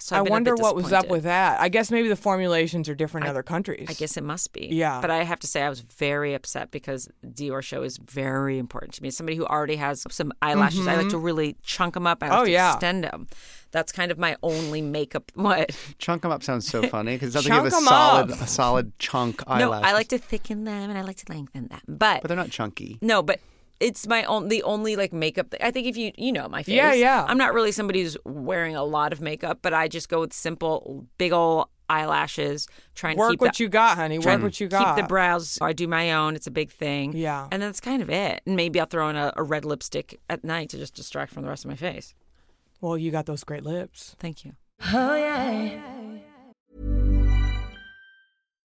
D: So I've
C: I
D: been a
C: wonder
D: bit
C: what was up
D: disappointed.
C: with that. I guess maybe the formulations are different in other countries.
D: I guess it must be.
C: Yeah.
D: But I have to say, I was very upset because Dior show is very important to me. As somebody who already has some eyelashes, I like to really chunk them up. I like
C: Mm-hmm. Oh,
D: to
C: yeah.
D: extend them. That's kind of my only makeup. What?
E: Chunk 'em up sounds so funny because it sounds like you have a
C: Chunk 'em
E: solid,
C: up.
E: a solid chunk
D: No,
E: eyelash.
D: I like to thicken them and I like to lengthen them. But,
E: but they're not chunky.
D: no, but. It's my own the only like makeup. That, I think if you you know my face,
C: Yeah, yeah.
D: I'm not really somebody who's wearing a lot of makeup, but I just go with simple, big old eyelashes. Trying to
C: Work
D: keep the
C: what you got, honey. Work what you got.
D: Keep the brows. I do my own. It's a big thing.
C: Yeah.
D: And that's kind of it. And maybe I'll throw in a, a red lipstick at night to just distract from the rest of my face.
C: well, you got those great lips.
D: Thank you.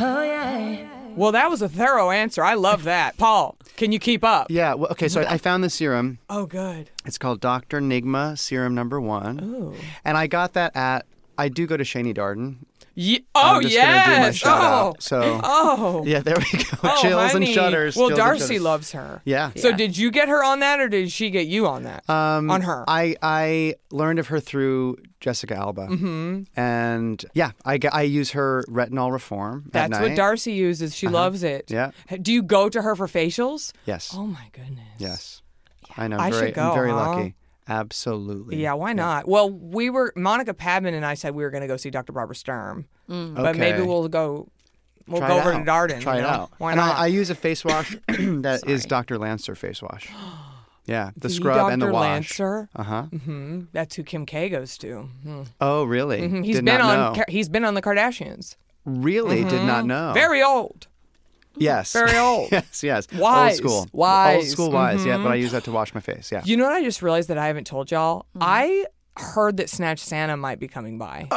C: Well, that was a thorough answer. I love that. Paul, can you keep up?
E: Yeah. Well, okay. So I, I found the serum.
C: Oh, good.
E: It's called Dr. Nigma Serum Number One.
C: Ooh.
E: And I got that at, I do go to Shani Darden.
C: Ye- oh,
E: I'm just
C: yes.
E: gonna do my shout
C: oh.
E: out. So
C: Oh.
E: yeah, there we go.
C: Oh,
E: Chills and
C: honey.
E: shudders.
C: Well,
E: chills and
C: Darcy
E: shudders.
C: loves her.
E: Yeah.
C: So did you get her on that, or did she get you on that?
E: Um,
C: on her.
E: I I learned of her through Jessica Alba, mm-hmm. and yeah, I, g- I use her retinol reform. at
C: That's what
E: night. Uh-huh.
C: Darcy uses. She loves it.
E: Yeah.
C: Do you go to her for facials?
E: Yes.
C: Oh my goodness.
E: Yes. I know.
C: I
E: very,
C: should go,
E: I'm very
C: huh?
E: lucky. Absolutely.
C: Yeah, why not? Well, we were Monica Padman and I said we were going to go see Dr. Barbara Sturm, but maybe
E: Okay.
C: we'll go. We'll
E: Try
C: go
E: it
C: over
E: out.
C: to Darden.
E: Try
C: you know?
E: it out.
C: Why
E: and
C: not?
E: I, I use a face wash that is Dr. Lancer face wash. Yeah, the, scrub
C: Dr.
E: and the wash.
C: Lancer.
E: Uh huh.
C: hmm That's who Kim K goes to. Hmm.
E: Oh, really?
C: Mhm. He's
E: did
C: been
E: not
C: on.
E: Know. Oh.
C: Ka- He's been on the Kardashians.
E: Really, did not know.
C: Very old.
E: Yes.
C: Very old.
E: yes, yes.
C: Wise.
E: Old school. Old
C: Wise. Mm-hmm.
E: school wise, yeah, but I use that to wash my face, yeah.
C: You know what I just realized that I haven't told y'all?
E: Mm-hmm.
C: I heard that Snatch Santa might be coming by.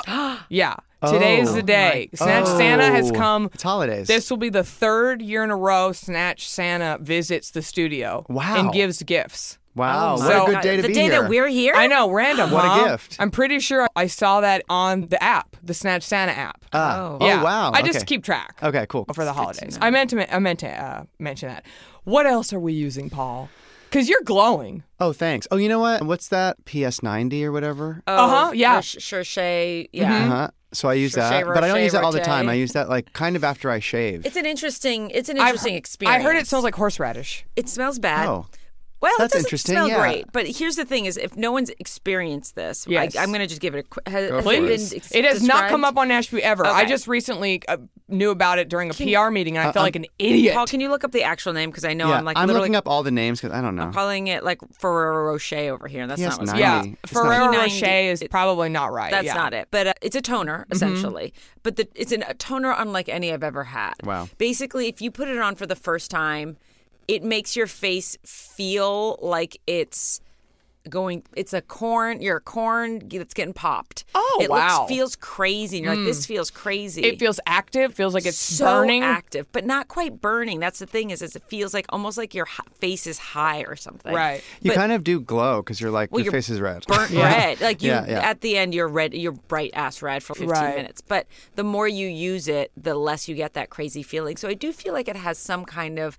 C: yeah. Today is
E: Oh.
C: the day. Snatch Santa has
E: Oh.
C: come.
E: It's holidays.
C: This will be the third year in a row Snatch Santa visits the studio
E: Wow.
C: and gives gifts.
E: wow, what
D: my
C: Oh, So-
E: a good day to
D: the
E: be
D: day
E: here.
D: that we're here.
C: I know, random.
E: What a
C: huh?
E: gift.
C: I'm pretty sure I saw that on the app, the Snatch Santa app.
E: Ah.
D: Oh.
E: Oh,
C: yeah.
E: wow.
C: I just
E: okay.
C: keep track
E: Okay, cool.
C: for the holidays. I meant to. men- I meant to uh, mention that. What else are we using, Paul? Because you're glowing.
E: Oh, thanks. Oh, you know what? What's that? PS90 or whatever?
D: Oh,
C: Uh-huh, yeah. Mm-hmm.
D: Sh- Sure, Shay. Yeah.
E: Uh-huh. So I use
D: Sure,
E: that, but I don't
D: Roche,
E: use that all the
D: Roche.
E: time. I use that like kind of after I shave.
D: It's an interesting. It's an
C: I've-
D: interesting experience.
C: I heard it smells like horseradish.
D: It smells bad.
E: oh,
D: Well,
E: That's
D: it doesn't
E: interesting,
D: smell
E: yeah.
D: great. But here's the thing: is if no one's experienced this,
C: Yes.
D: I, I'm going to just give it a quick. Has,
E: Go
D: has
E: for
D: it,
E: it.
D: been
C: Please.
D: ex-
C: It has not come up
D: described?
C: on Nash View ever. I
D: Okay.
C: just recently uh, knew about it during a PR meeting,
E: Uh,
C: and I felt like an idiot.
D: Paul, can you look up the actual name? Because I know
E: yeah.
D: I'm like
E: I'm
D: literally
E: looking up all the names because I don't know.
D: calling it like Ferrero Rocher over here. and That's
E: Yes,
D: not what's
E: nice.
C: yeah,
E: It's not-
C: Ferrero
D: P90
C: Rocher is
D: it-
C: probably not right.
D: That's
C: yeah. Mm-hmm.
D: not it. But uh, it's a toner essentially. But the, it's an, a toner unlike any I've ever had.
E: Wow.
D: Basically, if you put it on for the first time, it makes your face feel like it's going. It's a corn. You're a corn that's getting popped.
C: Oh,
D: it
C: wow. Mm.
D: Looks, feels crazy. And you're like, this feels crazy.
C: It feels active. Feels like it's
D: so
C: burning.
D: active, but not quite burning. That's the thing is, is it feels like almost like your h- face is high or something.
C: Right.
E: you
D: but-
E: kind of do glow because you're like
D: Well,
E: your
D: you're
E: face is red.
D: burnt red. Like you
E: Yeah, yeah.
D: at the end you're red you're bright ass red for 15
C: Right.
D: minutes. But the more you use it, the less you get that crazy feeling. So I do feel like it has some kind of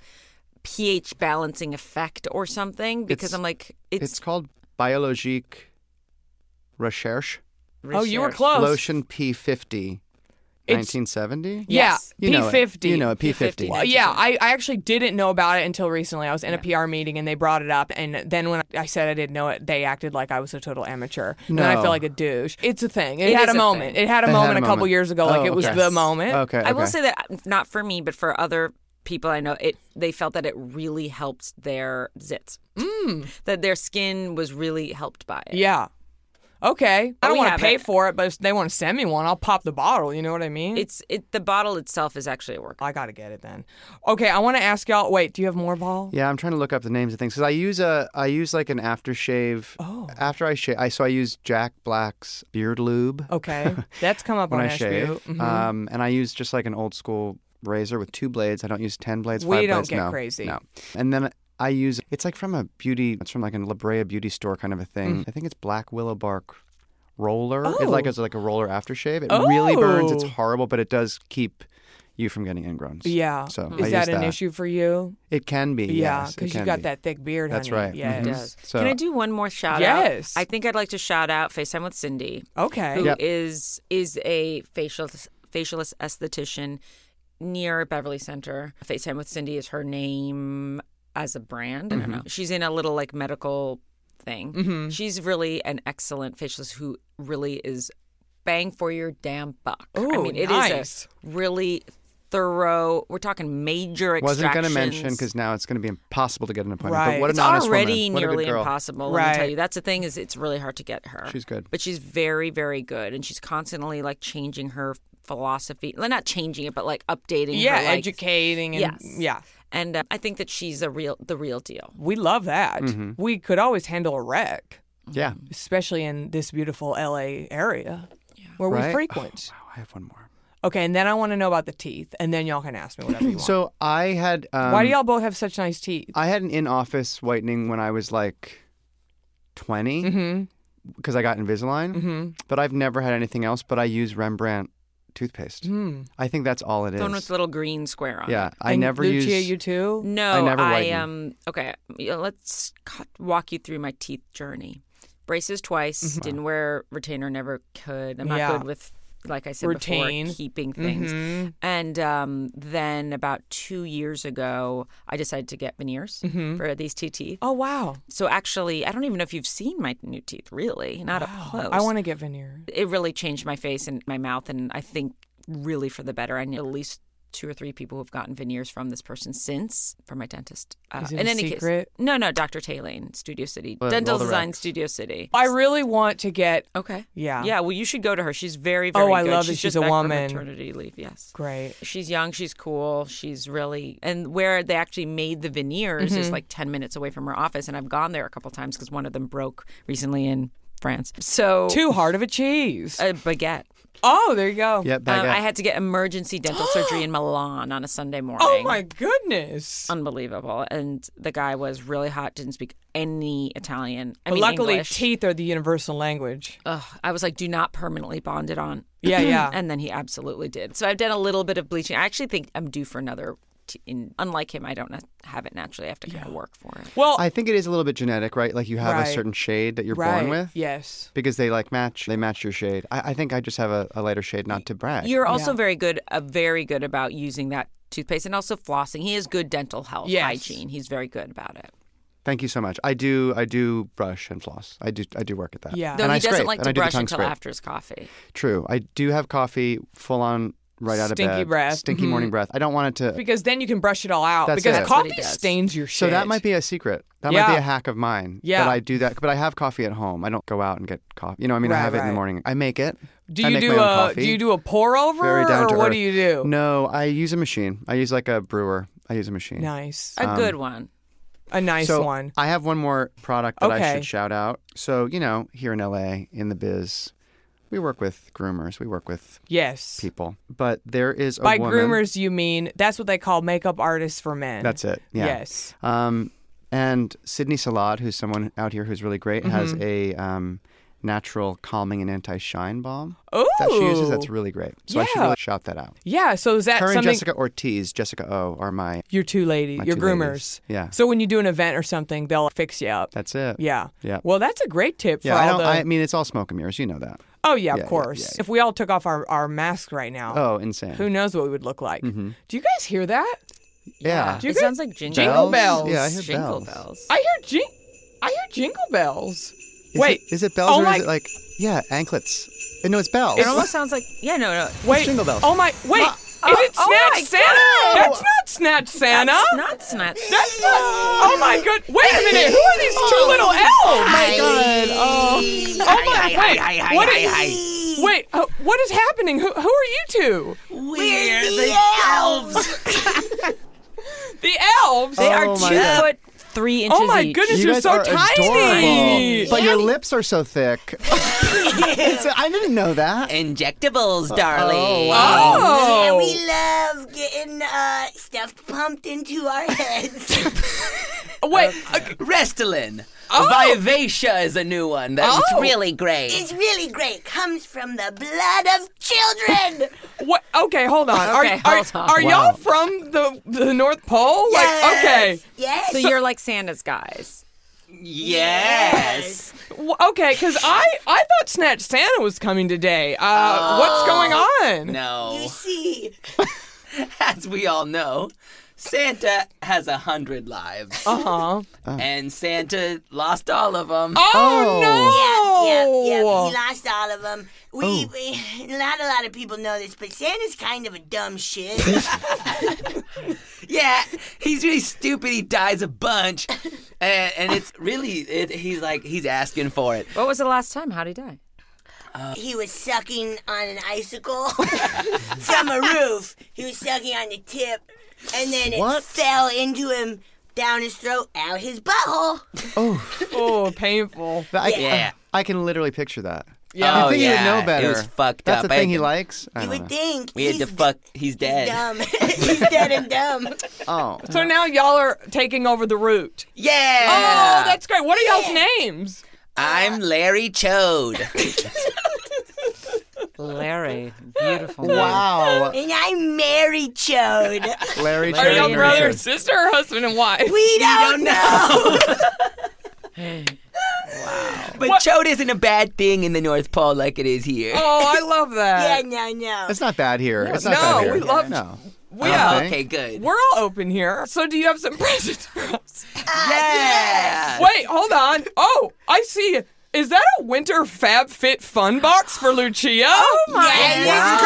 D: pH balancing effect or something because
E: It's-
D: I'm like
E: it's,
D: it's,
E: called Biologique Recherche
C: Oh, you were
D: research.
C: close.
E: Lotion P50,
C: It's-
E: 1970.
C: Yeah,
D: Yes.
E: You know it.
C: P50.
E: You know it.
D: P50.
E: P50.
C: Well, Uh, yeah, I, I actually didn't know about it until recently. I was in a PR meeting and they brought it up. And then when I said I didn't know it, they acted like I was a total amateur. And then I
E: No.
C: felt like a douche. It's a thing. It,
D: It
C: had
D: is
C: a
D: a
C: moment.
D: thing.
C: It had a
E: They had
C: moment a couple
E: moment.
C: years ago. like
E: Oh,
C: it was
E: okay.
C: the moment.
E: Okay,
D: I will
E: okay.
D: say that not for me, but for other people I know, it they felt that it really helped their zits. That their skin was really helped by it.
C: Mm. Yeah. Okay. I
D: But
C: don't
D: we
C: want
D: have
C: to pay
D: it.
C: for it, but if they want to send me one, I'll pop the bottle. You know what I mean?
D: It's it the bottle itself is actually a work.
C: I got to get it then. Okay. I want to ask y'all. Wait, do you have more ball?
E: Yeah, I'm trying to look up the names of things because I use a I use like an aftershave. Oh. After I shave, I so I use Jack Black's beard lube
C: Okay. That's come up
E: when
C: on
E: I
C: Ash
E: shave,
C: View. Mhm.
E: um, and I use just like an old school razor with two blades. I don't use ten blades.
C: We
E: five
C: don't
E: blades,
C: get
E: no,
C: crazy.
E: No, and then. I use it's like from a beauty it's from like a La Brea beauty store kind of a
C: Mm.
E: thing. I think it's black willow bark roller. It like is like a roller aftershave. It really burns. It's
C: Oh.
E: horrible, but it does keep you from getting ingrowns.
C: Yeah.
E: So I
C: Is
E: use
C: that an
E: that.
C: issue for you?
E: It can be.
C: Yeah.
E: yes, it
C: Because you
E: can
C: got
E: be.
C: that thick beard.
E: That's
C: honey.
E: right.
C: Yes.
E: Mhm.
D: does.
E: So-
D: Can I do one more shout out?
C: Mm-hmm. Yes.
D: I think I'd like to shout out FaceTime with Cindy,
C: Okay.
D: who is
E: Yep.
D: is a facial facialist esthetician near Beverly Center. FaceTime with Cindy is her name as a brand. I don't
E: Mm-hmm.
D: know. She's in a little like medical thing.
C: Mm-hmm.
D: She's really an excellent facialist who really is bang for your damn buck. I
C: Ooh,
D: mean, it is
C: nice.
D: a really thorough. We're talking major
E: wasn't
D: extractions.
E: going to mention because now it's going to be impossible to get an appointment.
C: Right.
E: But what
D: it's
E: an honest
D: already
E: woman. What a good
D: nearly
E: girl.
D: impossible. Let me tell
C: Right.
D: you, that's the thing is it's really hard to get her.
E: She's good.
D: but she's very, very good, and she's constantly like changing her philosophy. Well, not changing it, but like updating.
C: yeah,
D: her, like-
C: educating and
D: Yes.
C: yeah.
D: And uh, I think that she's a real, the real deal.
C: We love that.
E: Mm-hmm.
C: We could always handle a wreck,
E: Yeah.
C: especially in this beautiful LA area where we
E: Right?
C: frequent.
E: Wow, Oh, I have one more.
C: Okay, and then I want to know about the teeth, and then y'all can ask me whatever you want.
E: So I had. Um,
C: Why do y'all both have such nice teeth?
E: I had an in-office whitening when I was like 20
C: Mm-hmm.
E: because I got Invisalign. But I've never had anything else. But I use Rembrandt toothpaste.
C: Hmm.
E: I think that's all it is.
D: The one with the little green square on.
E: yeah,
D: it.
E: I
C: And
E: never
C: Lucia,
E: use.
C: you too.
D: No,
E: I never
D: I
E: whiten.
D: um. Okay, yeah, let's cut, walk you through my teeth journey. Braces twice. Didn't wear retainer. Never could. I'm not
C: Yeah.
D: good with. Like I said
C: Routine.
D: before, keeping things. And um, then about two years ago, I decided to get veneers for these two teeth.
C: Oh wow,
D: So actually, I don't even know if you've seen my new teeth. Really, not up close.
C: I want to get veneer.
D: It really changed my face and my mouth, and I think really for the better. I need at least two or three people who've gotten veneers from this person since from my dentist. Uh,
C: Is it
D: in
C: a
D: any
C: secret?
D: case, no, no, Dr. Taylane, Studio City,
E: Well,
D: Dental
E: all the
D: Design
E: recs.
D: Studio City.
C: I really want to get.
D: Okay.
C: Yeah.
D: Yeah. Well, you should go to her. She's very, very.
C: Oh, I
D: good.
C: love that
D: she's
C: she's
D: just
C: a
D: back from
C: woman.
D: maternity leave. Yes.
C: Great.
D: She's young, she's cool, she's really and where they actually made the veneers
C: Mm-hmm.
D: is like 10 minutes away from her office and I've gone there a couple times cuz one of them broke recently in France. So
C: Too hard of a cheese.
D: a baguette.
C: oh, there you go.
E: Yep,
D: Um,
E: baguette.
D: I had to get emergency dental surgery in Milan on a Sunday morning.
C: Oh my goodness.
D: Unbelievable. And the guy was really hot, didn't speak any Italian. I
C: But
D: mean,
C: luckily,
D: English.
C: teeth are the universal language.
D: Ugh, I was like, do not permanently bond it on.
C: Yeah, yeah.
D: and then he absolutely did. So I've done a little bit of bleaching. I actually think I'm due for another. T- in, unlike him, I don't na- have it naturally. I have to kind of work for it.
C: Well,
E: I think it is a little bit genetic, right? Like you have
C: oh. Right.
E: a certain shade that you're
C: right.
E: born with.
C: Yes.
E: Because they like match, they match your shade. I, I think I just have a, a lighter shade, not to brag.
D: You're also very good, uh, very good about using that toothpaste and also flossing. He has good dental health,
C: Yes.
D: hygiene. He's very good about it.
E: Thank you so much. I do, I do brush and floss. I do, I do work at that.
C: Yeah.
D: Though
E: and
D: he
E: I
D: doesn't
E: scrape,
D: like
E: and
D: to
E: I do the
D: brush
E: tongue
D: until
E: scrape.
D: after his coffee.
E: True. I do have coffee full on right out of
C: Stinky
E: bed.
C: breath. Mm-hmm.
E: Stinky morning breath. I don't want it to.
C: Because then you can brush it all out.
E: That's
C: because
E: it. That's
D: what he
C: coffee
D: does.
C: stains your shit.
E: So that might be a secret. That might
C: Yeah.
E: be a hack of mine.
C: Yeah.
E: That I do that. But I have coffee at home. I don't go out and get coffee. You know, I mean,
C: Right,
E: I have it in
C: right.
E: the morning. I make it.
C: Do
E: I
C: you
E: make
C: do
E: my
C: a
E: own coffee.
C: do you do a pour over
E: Very down
C: or
E: to
C: what
E: earth.
C: do you do?
E: No, I use a machine. I use like a brewer. I use a machine.
C: Nice.
D: A good one.
C: A nice
E: so
C: one.
E: I have one more product that I
C: Okay.
E: should shout out. So you know, here in LA, in the biz, we work with groomers. We work with
C: Yes.
E: people. But there is a
C: By
E: woman-
C: groomers you mean that's what they call makeup artists for men.
E: That's it. Yeah.
C: Yes.
E: Um, and Sydney Salad, who's someone out here who's really great,
C: Mm-hmm.
E: has a um, natural calming and anti-shine balm that she uses. That's
C: Ooh.
E: really great. So I should
C: Yeah.
E: really shout that out.
C: Yeah, so is that
E: Her and
C: something
E: Jessica Ortiz, Jessica O, are my.
C: your two ladies,
E: My
C: your
E: two
C: groomers.
E: ladies. Yeah.
C: So when you do an event or something, they'll fix you up.
E: That's it.
C: yeah.
E: Yeah.
C: Well, that's a great tip for
E: Yeah, I
C: all
E: don't.
C: the
E: I mean, it's all smoke and mirrors. You know that.
C: Oh yeah,
E: Yeah,
C: of
E: yeah,
C: course.
E: yeah, yeah.
C: If we all took off our, our masks right now,
E: Oh, insane.
C: who knows what we would look like.
E: Mm-hmm.
C: Do you guys hear that?
E: yeah.
C: Do you
D: it
C: get
D: sounds like ginger
C: jingle bells?
E: Yeah, I hear
D: jingle
E: bells.
D: bells.
C: I hear jing I hear jingle bells.
E: Is
C: Wait.
E: it, is it bells
C: oh
E: or
C: my
E: is it like yeah anklets? Uh, No, it's bells.
D: It almost sounds like yeah, no, no.
C: Wait.
E: jingle bells.
C: Oh my. Wait. is it
D: oh
C: Snatch
D: my
C: Santa?
D: God.
C: That's not Snatch Santa.
D: That's not snatch.
C: That's not- Oh my good. Wait a minute. Who are these two little elves?
E: Oh. my god! Oh,
C: Oh my. Wait. what is- Wait. uh, what is happening? Who, who are you two?
D: We're the elves.
C: The elves.
D: They are
E: Oh my
D: two
E: God.
D: foot three inches
C: Oh my
D: each.
C: goodness,
E: you
C: you're
E: guys
C: so
E: are
C: tiny.
E: adorable, but your lips are so thick. It's- I didn't know that.
F: Injectables, darling. Oh,
C: Oh.
B: We love getting uh, stuff pumped into our heads.
C: Wait. uh,
F: Restylane. Vivacia is a new one. That's
C: Oh.
F: really great.
B: it's really great. Comes from the blood of children.
C: What? Okay, hold on. Are-
D: Okay,
C: are
D: hold on.
C: are
E: Wow.
C: y'all from the the North Pole? Like, okay.
B: Yes.
D: So you're like Santa's guys.
F: Yes.
C: W- Okay, because I, I thought Snatch Santa was coming today. Uh, what's going on?
B: you
F: No.
B: see.
F: As we all know, Santa has a hundred lives.
C: Uh-huh.
F: And Santa lost all of them.
C: Oh,
E: Oh.
B: Yeah,
C: no!
B: yeah.
F: Oh.
B: He lost all of them. We, we, not a lot of people know this, but Santa's kind of a dumb shit.
F: Yeah, he's really stupid. He dies a bunch. And, and it's really, it, he's like, he's asking for it.
D: What was the last time? How'd he die?
B: he was sucking on an icicle from a roof. He was sucking on the tip, and then it
E: What?
B: fell into him, down his throat, out his butthole.
C: Oh, painful.
E: But I,
F: Yeah.
E: I, can literally picture that.
F: Yeah.
E: you think
F: Oh,
E: he would
F: yeah.
E: know better.
F: It was fucked
E: That's
F: up.
E: a
F: I
E: thing he
F: can-
E: likes. I
B: You
E: don't
F: Uh-huh.
B: would
E: know.
B: think
F: We had
B: he's
F: to fuck, he's dead.
B: dumb. he's dead and dumb.
E: Oh,
C: So now y'all are taking over the route.
F: Yeah.
C: Oh, that's great. What are y'all's names?
F: I'm Larry Chode.
D: Larry, beautiful.
E: wow,
B: And I'm Mary Chode.
E: Larry.
C: Are
E: Cherry
C: y'all
E: Richard.
C: brother, sister, or husband and wife?
B: We
F: Oh,
B: don't know.
F: But chode isn't a bad thing in the North Pole like it is here.
C: oh, I love
B: Yeah,
C: that.
B: no, no.
E: It's not bad here. It's not
C: no,
E: bad here.
C: we love-
E: No.
C: We are-
E: Okay.
F: okay, good.
C: We're all open here. So do you have some presents for us?
F: yeah.
C: Wait, hold on. Oh, I see. Is that a winter Fab Fit Fun box for Lucia? Oh my
B: Yes,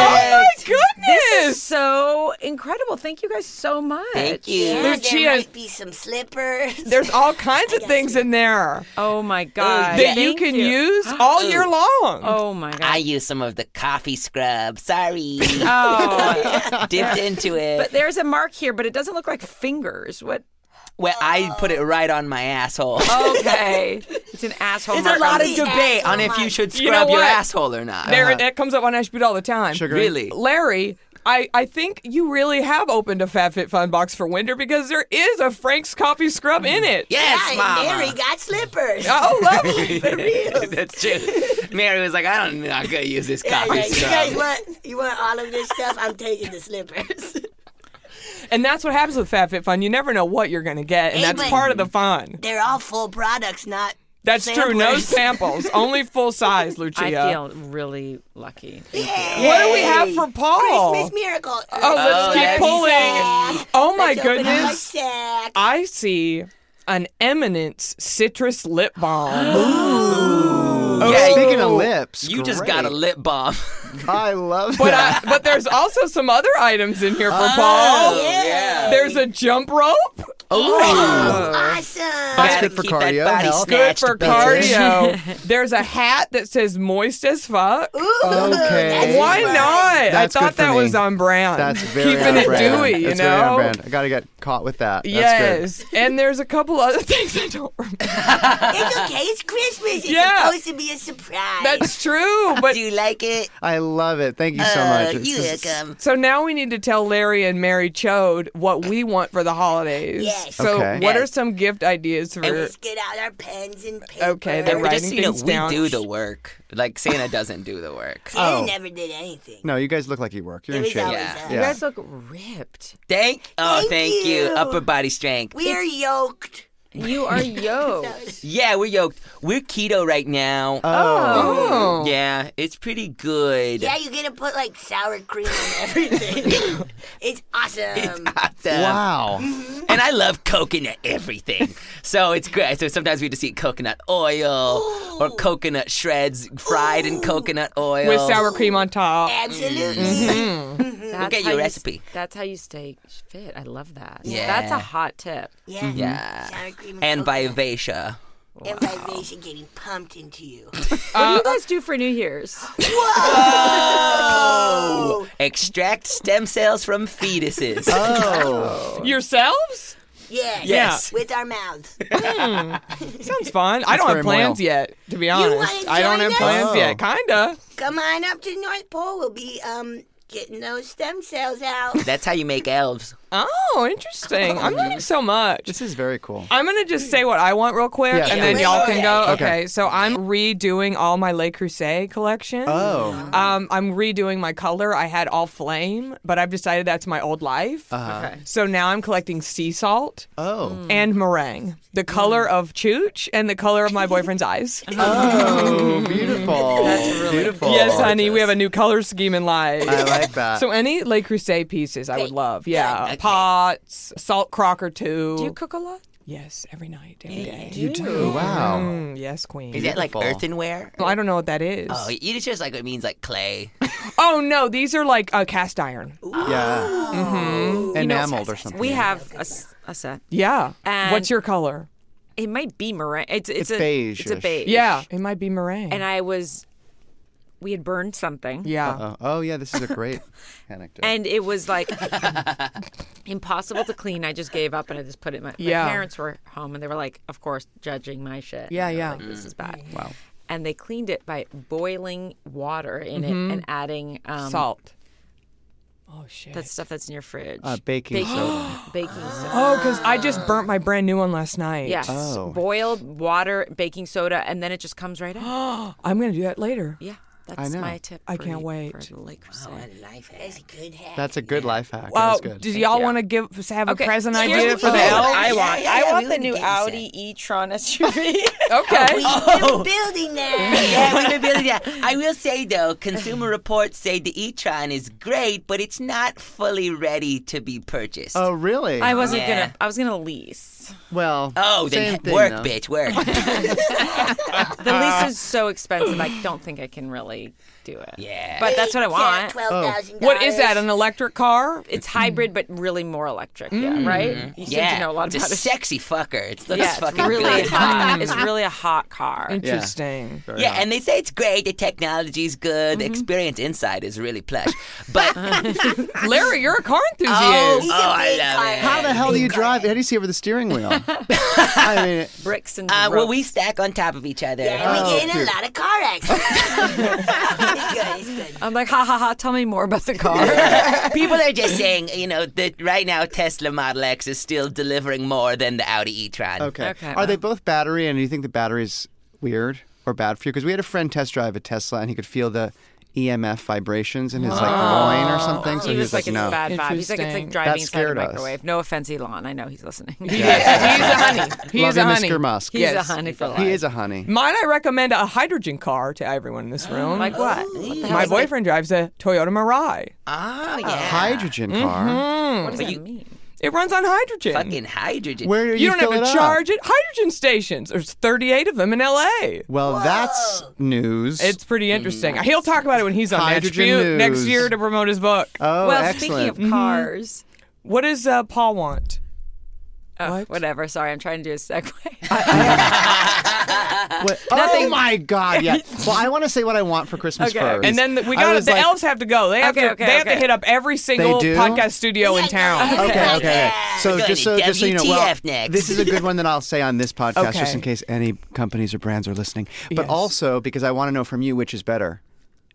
C: Oh my goodness!
D: So incredible. Thank you guys so much.
F: Thank you.
B: And
C: Lucia-
B: there might be some slippers.
C: There's all kinds of things in there
D: Oh my god.
C: that you
D: Thank
C: can use all year long.
D: Oh my god.
F: I used some of the coffee scrub. Sorry.
D: oh.
F: Dipped into it.
D: but there's a mark here, but it doesn't look like fingers. What?
F: well, I put it right on my asshole.
C: Oh.
D: Okay. it's an asshole
F: There's a
D: mark.
F: lot of
B: the
F: debate
B: asshole
F: on if you
B: mark.
F: should
C: Oh You know
F: scrub your
C: what?
F: asshole or not.
D: Uh-huh.
F: Uh-huh.
C: There, that comes up on Ashbeat all the time.
E: Sugar.
F: Really?
C: Larry, I, I think you really have opened a FabFitFun box for winter because there is a Frank's coffee scrub in it.
F: Yes,
B: yeah,
F: mama.
B: and Mary got slippers.
C: Oh, lovely.
F: For real. That's true. Mary was like, I don't know. I'm going to use this
B: Yeah,
F: coffee
B: yeah, you guys
F: scrub.
B: want you want all of this stuff? I'm taking the slippers.
C: and that's what happens with FabFitFun. You never know what you're going to get, and
B: Hey,
C: that's
B: but-
C: part of the fun.
B: They're all full products, not.
C: That's true. No
B: Samplers.
C: samples, only full size, Lucia.
D: I feel really lucky.
C: What do we have for Paul?
B: Christmas miracle.
C: Oh, let's keep
F: there's
C: pulling.
B: sack.
C: Oh my
B: Let's open up my
C: goodness.
B: sack.
C: I see an Eminence citrus lip balm.
F: Yeah,
E: Oh, Speaking of lips,
F: You just got a
E: great.
F: lip balm.
E: I love
C: but
E: that.
C: I, but there's also some other items in here for Paul.
B: Oh, yeah.
C: There's a jump rope. Uh.
B: Awesome.
E: That's
F: Gotta
E: good for
F: keep that
E: cardio,
F: body
E: health.
C: Good
F: snatched,
C: for
F: bitches.
C: cardio. There's a hat that says moist as fuck.
E: okay.
C: Why not?
E: That's
C: I
E: good
C: thought
E: for
C: that
E: me.
C: was on brand.
E: That's very
C: keeping
E: on
C: it
E: brand.
C: dewy, you
E: That's
C: know.
E: very on brand. I got to get caught with that. That's
C: yes, and there's a couple other things I don't remember.
B: It's okay. It's Christmas. It's
C: Yeah.
B: supposed to be a surprise.
C: That's true, but
B: Do you like
E: good.
B: it?
E: I love it. Thank you so
B: Uh,
E: much. It's
B: you
E: just-
B: welcome.
C: So now we need to tell Larry and Mary Chode what we want for the holidays.
B: Yes.
C: So
E: Okay.
C: what are
F: Yes.
C: some gift ideas for?
B: Let's get out our pens and paper.
C: Okay, they're
F: And we
C: writing
F: just, you know,
C: things
F: we
C: down.
F: do the work. Like, Santa doesn't do the work.
B: Santa
E: Oh.
B: never did anything.
E: No, you guys look like you work. You're
B: It
E: in
B: was
E: shape.
B: always
F: Yeah.
B: us.
E: Yeah.
D: You guys look ripped.
F: Thank, oh,
B: Thank
F: thank, you.
B: you.
F: Upper body strength.
B: We're yoked.
D: You are yoked.
F: Yeah, we're yoked. We're keto right now.
E: Oh.
C: Oh.
F: Yeah, it's pretty good.
B: Yeah, you get to put like sour cream on everything. it's awesome.
F: Awesome.
E: Wow.
F: uh, And I love coconut everything. so it's great. So sometimes we just eat coconut oil or coconut shreds fried in coconut oil.
C: With sour cream on top.
B: Absolutely.
D: That's
F: get
D: how
F: your
D: you s-
F: recipe.
D: that's how you stay fit. I love that. That's a
F: Yeah.
D: hot tip.
B: Yeah.
F: Yeah.
B: Sour cream and,
F: And Vivacia.
B: coconut. and vibration getting pumped into you.
D: what do you guys do for New Year's?
F: Oh. Extract stem cells from fetuses.
E: Oh.
C: Yourselves?
B: Yes.
F: Yes.
B: With our mouths.
C: Sounds fun. I don't
E: very
C: have plans
E: moral.
C: yet, to be honest.
B: wanna
C: I don't
B: join
C: have
B: us?
C: plans
E: Oh.
C: yet. Kinda.
B: Come on up to North Pole. We'll be um getting those stem cells out.
F: That's how you make elves.
C: Oh, interesting. I'm learning so much.
E: This is very cool.
C: I'm gonna just say what I want real quick,
E: Yeah,
C: and
E: sure.
C: then y'all can go. Okay.
E: Okay.
C: so I'm redoing all my Le Creuset collection.
E: Oh.
C: Um, I'm redoing my color. I had all flame, but I've decided that's my old life.
E: Uh-huh.
D: Okay.
C: So now I'm collecting sea salt
E: Oh.
C: and meringue, the color of chooch and the color of my boyfriend's eyes.
E: Oh, beautiful. That's really beautiful.
C: yes, honey, we have a new color scheme in life.
E: Oh, I like that.
C: So any Le Creuset pieces, I would love. Yeah, pots, salt crock or two.
D: Do you cook a lot?
C: yes, every night, every day.
E: you do. Wow.
C: Mm, yes, queen.
F: Is that like
E: Beautiful.
F: earthenware?
C: Well, I don't know what that is.
F: Oh, it's just like it means like clay.
C: Oh no, these are like uh, cast iron.
E: Yeah.
C: Mm-hmm.
E: Enameled or something.
D: We have a, s- a set.
C: Yeah.
D: And-
C: What's your color?
D: It might be meringue. It's it's, a
E: beige-ish.
D: It's a beige.
C: Yeah, it might be meringue.
D: And I was, we had burned something,
C: yeah.
E: Oh, oh, yeah, this is a great anecdote.
D: and it was like impossible to clean. I just gave up and I just put it. My, my
C: Yeah.
D: parents were home and they were like, of course, judging my shit.
C: Yeah,
D: And they were
C: yeah. Mm-hmm.
D: like, this is bad.
E: Wow.
D: And they cleaned it by boiling water in it and adding um,
C: Mm-hmm. Salt. Oh shit.
D: That stuff that's in your fridge.
E: Uh, baking soda.
D: baking soda.
C: oh, because I just burnt my brand new one last night.
D: Yes.
E: Oh.
D: Boiled water, baking soda, and then it just comes right out.
C: Oh, I'm gonna do that later.
D: yeah. That's
E: know.
D: my tip.
C: I
D: for
C: can't
D: you-
C: wait.
D: For the Lake Crusade.
B: Life That's a good hack.
E: That's a good life hack.
C: Well,
E: That's good.
C: did y'all want to give have
D: Okay.
C: a present
D: Here's
C: idea
D: what
C: for the
D: you want.
C: elves?
D: I want.
B: Yeah,
D: I
B: yeah,
D: want
B: we
D: the
B: would
D: new
B: get you
D: Audi e-tron SUV.
C: okay.
B: We've
D: Oh,
B: been building that.
F: yeah, we've been building that. I will say though, consumer reports say the e-tron is great, but it's not fully ready to be purchased.
E: Oh, really?
D: I wasn't
F: Yeah.
D: gonna. I was gonna lease.
E: well,
F: Oh,
E: same
F: then
E: thing,
F: work,
E: though.
F: bitch, work.
D: The lease is so expensive. I don't think I can really do it.
F: Yeah.
D: But that's what I want.
B: $12,000.
C: Oh. What is that? An electric car?
D: It's hybrid, but really more electric. Mm. Yeah, right. You seem
F: yeah.
D: to know a lot
F: it's
D: about
F: a
D: it.
F: sexy fucker. It's looks
D: yeah, it's
F: fucking
D: really
F: good.
D: hot. It's really a hot car.
C: Interesting.
F: Yeah, and they say it's great. The technology's
D: Mm-hmm.
F: good. The experience inside is really plush. But
C: Larry, you're a car enthusiast.
B: He's
F: Oh,
B: a
F: I
B: big
F: love
B: car.
F: it.
E: How the hell do you drive? How do you see over the steering wheel? I mean, it-
D: Bricks and
F: uh, well,
D: ropes.
F: we stack on top of each other.
B: And we
E: Oh,
B: get in a
E: cute.
B: lot of car accidents. it's good. It's good.
C: Oh,
D: I'm like, ha ha ha. Tell me more about the car.
F: People are just saying, you know, that right now Tesla Model X is still delivering more than the Audi e-tron. Oh,
E: okay.
D: Okay,
E: Are they both battery? And do you think the battery's weird or bad for you? Because we had a friend test drive a Tesla, and he could feel the EMF vibrations in his like groin or something. So
D: he was like, it's
E: no.
D: a bad vibe. He's like, it's
C: Interesting.
D: like driving
E: That
D: inside a
E: scared us.
D: microwave. No offense, Elon. I know he's listening.
C: He is a honey. He
E: Love
C: is a
E: you,
C: honey.
E: Mr. Musk.
D: He's
C: Yes.
D: a honey for life.
E: He is a honey.
C: Mine, I recommend a hydrogen car to everyone in this room.
D: Mm, like what? What the hell
C: My
D: is that?
C: boyfriend drives a Toyota Mirai.
F: Oh yeah.
E: Hydrogen car.
D: What does that mean?
C: It runs on hydrogen.
F: Fucking hydrogen.
E: Where do you,
C: you, don't
E: fill
C: have to
E: it up?
C: charge it. Hydrogen stations. There's 38 of them in LA.
E: Well, that's news.
C: It's pretty interesting. He'll talk about it when he's on
E: Hydrogen
C: Attribute next
E: news.
C: year to promote his book.
E: oh,
D: well,
E: excellent.
D: speaking of cars,
C: what does uh, Paul want?
D: oh,
C: What?
D: whatever. Sorry, I'm trying to do a segue.
E: Wait- oh my God! Yeah. Well, I want to say what I want for Christmas
D: Okay.
E: first,
C: And then the, we
E: I
C: got
E: was
C: the
E: like,
C: elves have to go. They have
D: Okay,
C: to
D: okay,
C: they have to
D: okay.
C: hit up every single
E: do?
C: podcast studio in town.
E: Okay, okay. okay. So
F: We're
E: just so
F: going to
E: just so you know, well,
F: WTF next.
E: this is a good one that I'll say on this podcast,
C: Okay.
E: just in case any companies or brands are listening. But
C: Yes.
E: also because I want to know from you which is better,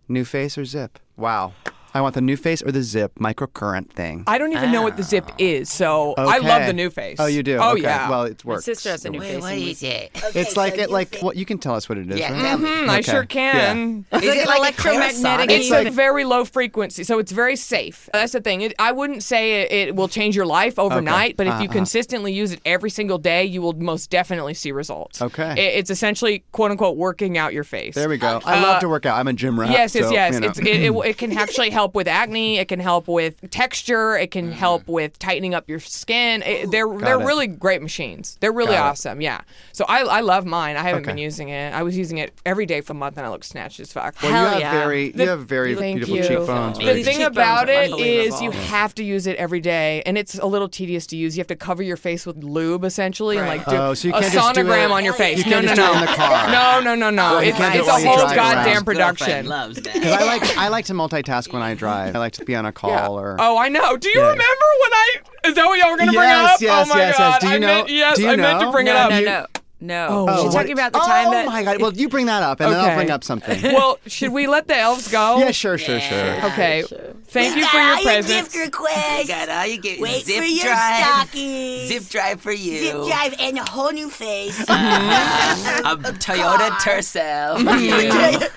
E: new face or zip. Wow, I want the new face or the zip microcurrent thing.
C: I don't even know what the zip is, so I love
E: Ah. Okay.
C: the new face.
E: Oh, you do?
C: Oh
E: Okay.
C: yeah.
E: Well, it
D: My
E: works.
D: sister has a new
F: Wait,
D: face.
F: what
D: and we-
F: is it?
E: it's like it like what you can tell us what it is.
F: Yeah,
E: right?
F: tell me.
C: Hmm, I
E: Okay.
C: sure
E: Yeah.
C: can.
D: It's like an electromagnetic.
C: It's
D: heat.
C: a very low frequency, so it's very safe. That's the thing. It, I wouldn't say it, it will change your life overnight, but if
E: Uh-huh.
C: you consistently use it every single day, you will most definitely see results.
E: Okay.
C: It- it's essentially quote unquote working out your face.
E: There we go. I love to work out. I'm a gym rat.
C: Uh, Yes, yes,
E: Uh, so,
C: yes.
E: you know.
C: It's, it, it, it can actually help with acne. It can help with texture. It can help with tightening up your skin. It, they're they're
E: Mm-hmm. it.
C: really great machines. They're really
E: Got it.
C: awesome. Yeah. So I, I love mine. I haven't been
E: Okay.
C: using it. I was using it every day for a month, and I looked snatched as fuck.
E: well, you
D: Hell
E: have
D: yeah.
E: very
C: The-
E: you have very
C: Thank
E: beautiful
C: you.
E: cheekbones.
D: The
E: very
C: The
D: These
C: thing
D: cheekbones
C: about
D: are
C: it is
D: unbelievable.
C: you have to use it every day, and it's a little tedious to use. You have to cover your face with lube essentially, and like do
E: Oh, so you
C: a
E: can't just do
C: sonogram
E: it-
C: on your face.
E: you
C: no,
E: can't
C: no,
E: just
C: no,
E: do it in the car.
C: no, no, no, no.
E: you
C: It's,
E: can't do
C: it's
E: it
C: a
E: while you
C: whole
E: drive around.
C: goddamn
E: Girlfriend
C: production.
F: Loves that.
E: 'Cause I like I like to multitask when I drive. I like to be on a call or
C: Oh, I know. Do you
E: Yeah.
C: remember when I? Is that what y'all were gonna bring
E: Yes,
C: up?
E: yes,
C: oh my
E: yes, yes.
C: god!
E: Do you
C: I meant,
E: know-
C: yes,
E: do you
C: I meant to
E: know?
C: bring it
D: no,
C: up.
D: no, no, no.
C: Oh,
D: She's
C: what-
D: talking about the time
E: oh
D: that
E: my god! Well, you bring that up, and then
C: Okay.
E: I'll bring up something.
C: well, should we let the elves go?
E: yeah, sure, sure, sure.
C: Okay. Thank you
B: got
C: for your
B: all
C: presence.
B: gift requests.
F: You got all you get.
B: Wait
F: zip
B: for your
F: drive.
B: stockings.
F: Zip drive for you.
B: Zip drive and a whole new face.
F: A Toyota Tercel. for you.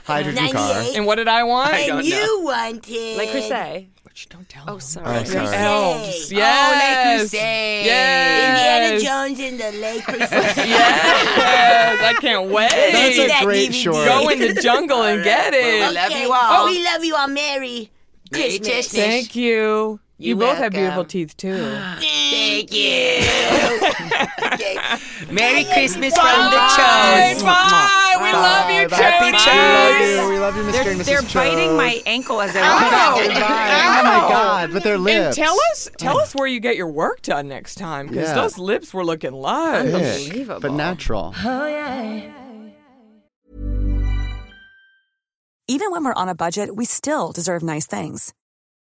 E: Hydrogen car.
B: 98.
C: and what did I want?
F: I don't
B: And
F: know.
B: you wanted.
D: like Crusade.
F: Which don't tell oh,
D: Sorry.
E: Oh, sorry.
C: Elves.
B: Oh,
F: Les
C: Yes.
F: Crusades.
C: yes.
B: Indiana Jones in the Lake Crusade.
C: Yes. I can't
E: That's
C: wait.
B: That
E: a great
B: DVD.
E: short.
C: Go in the jungle and get
F: Well, we
C: it.
F: love
B: Okay. Oh,
F: you all.
B: We love you all.
F: Merry
B: Merry Christmas.
F: Christmas.
C: Thank you.
F: You're
C: You, both have beautiful
F: welcome.
C: teeth too.
F: Thank you. okay. Merry Christmas from the
C: Bye.
F: Chodes.
C: Bye. We love you,
E: Bye.
C: Chodes.
E: We love you. We love you, Mr.
D: They're,
E: and missus
D: they're biting
E: Chodes.
D: my ankle as I
E: Oh,
D: walk
E: goodbye.
D: out.
E: oh my god! But their lips.
C: And tell us, tell us where you get your work done next time, because
E: Yeah.
C: those lips were looking live.
E: Thick,
D: Unbelievable.
E: but natural.
G: Even when we're on a budget, we still deserve nice things.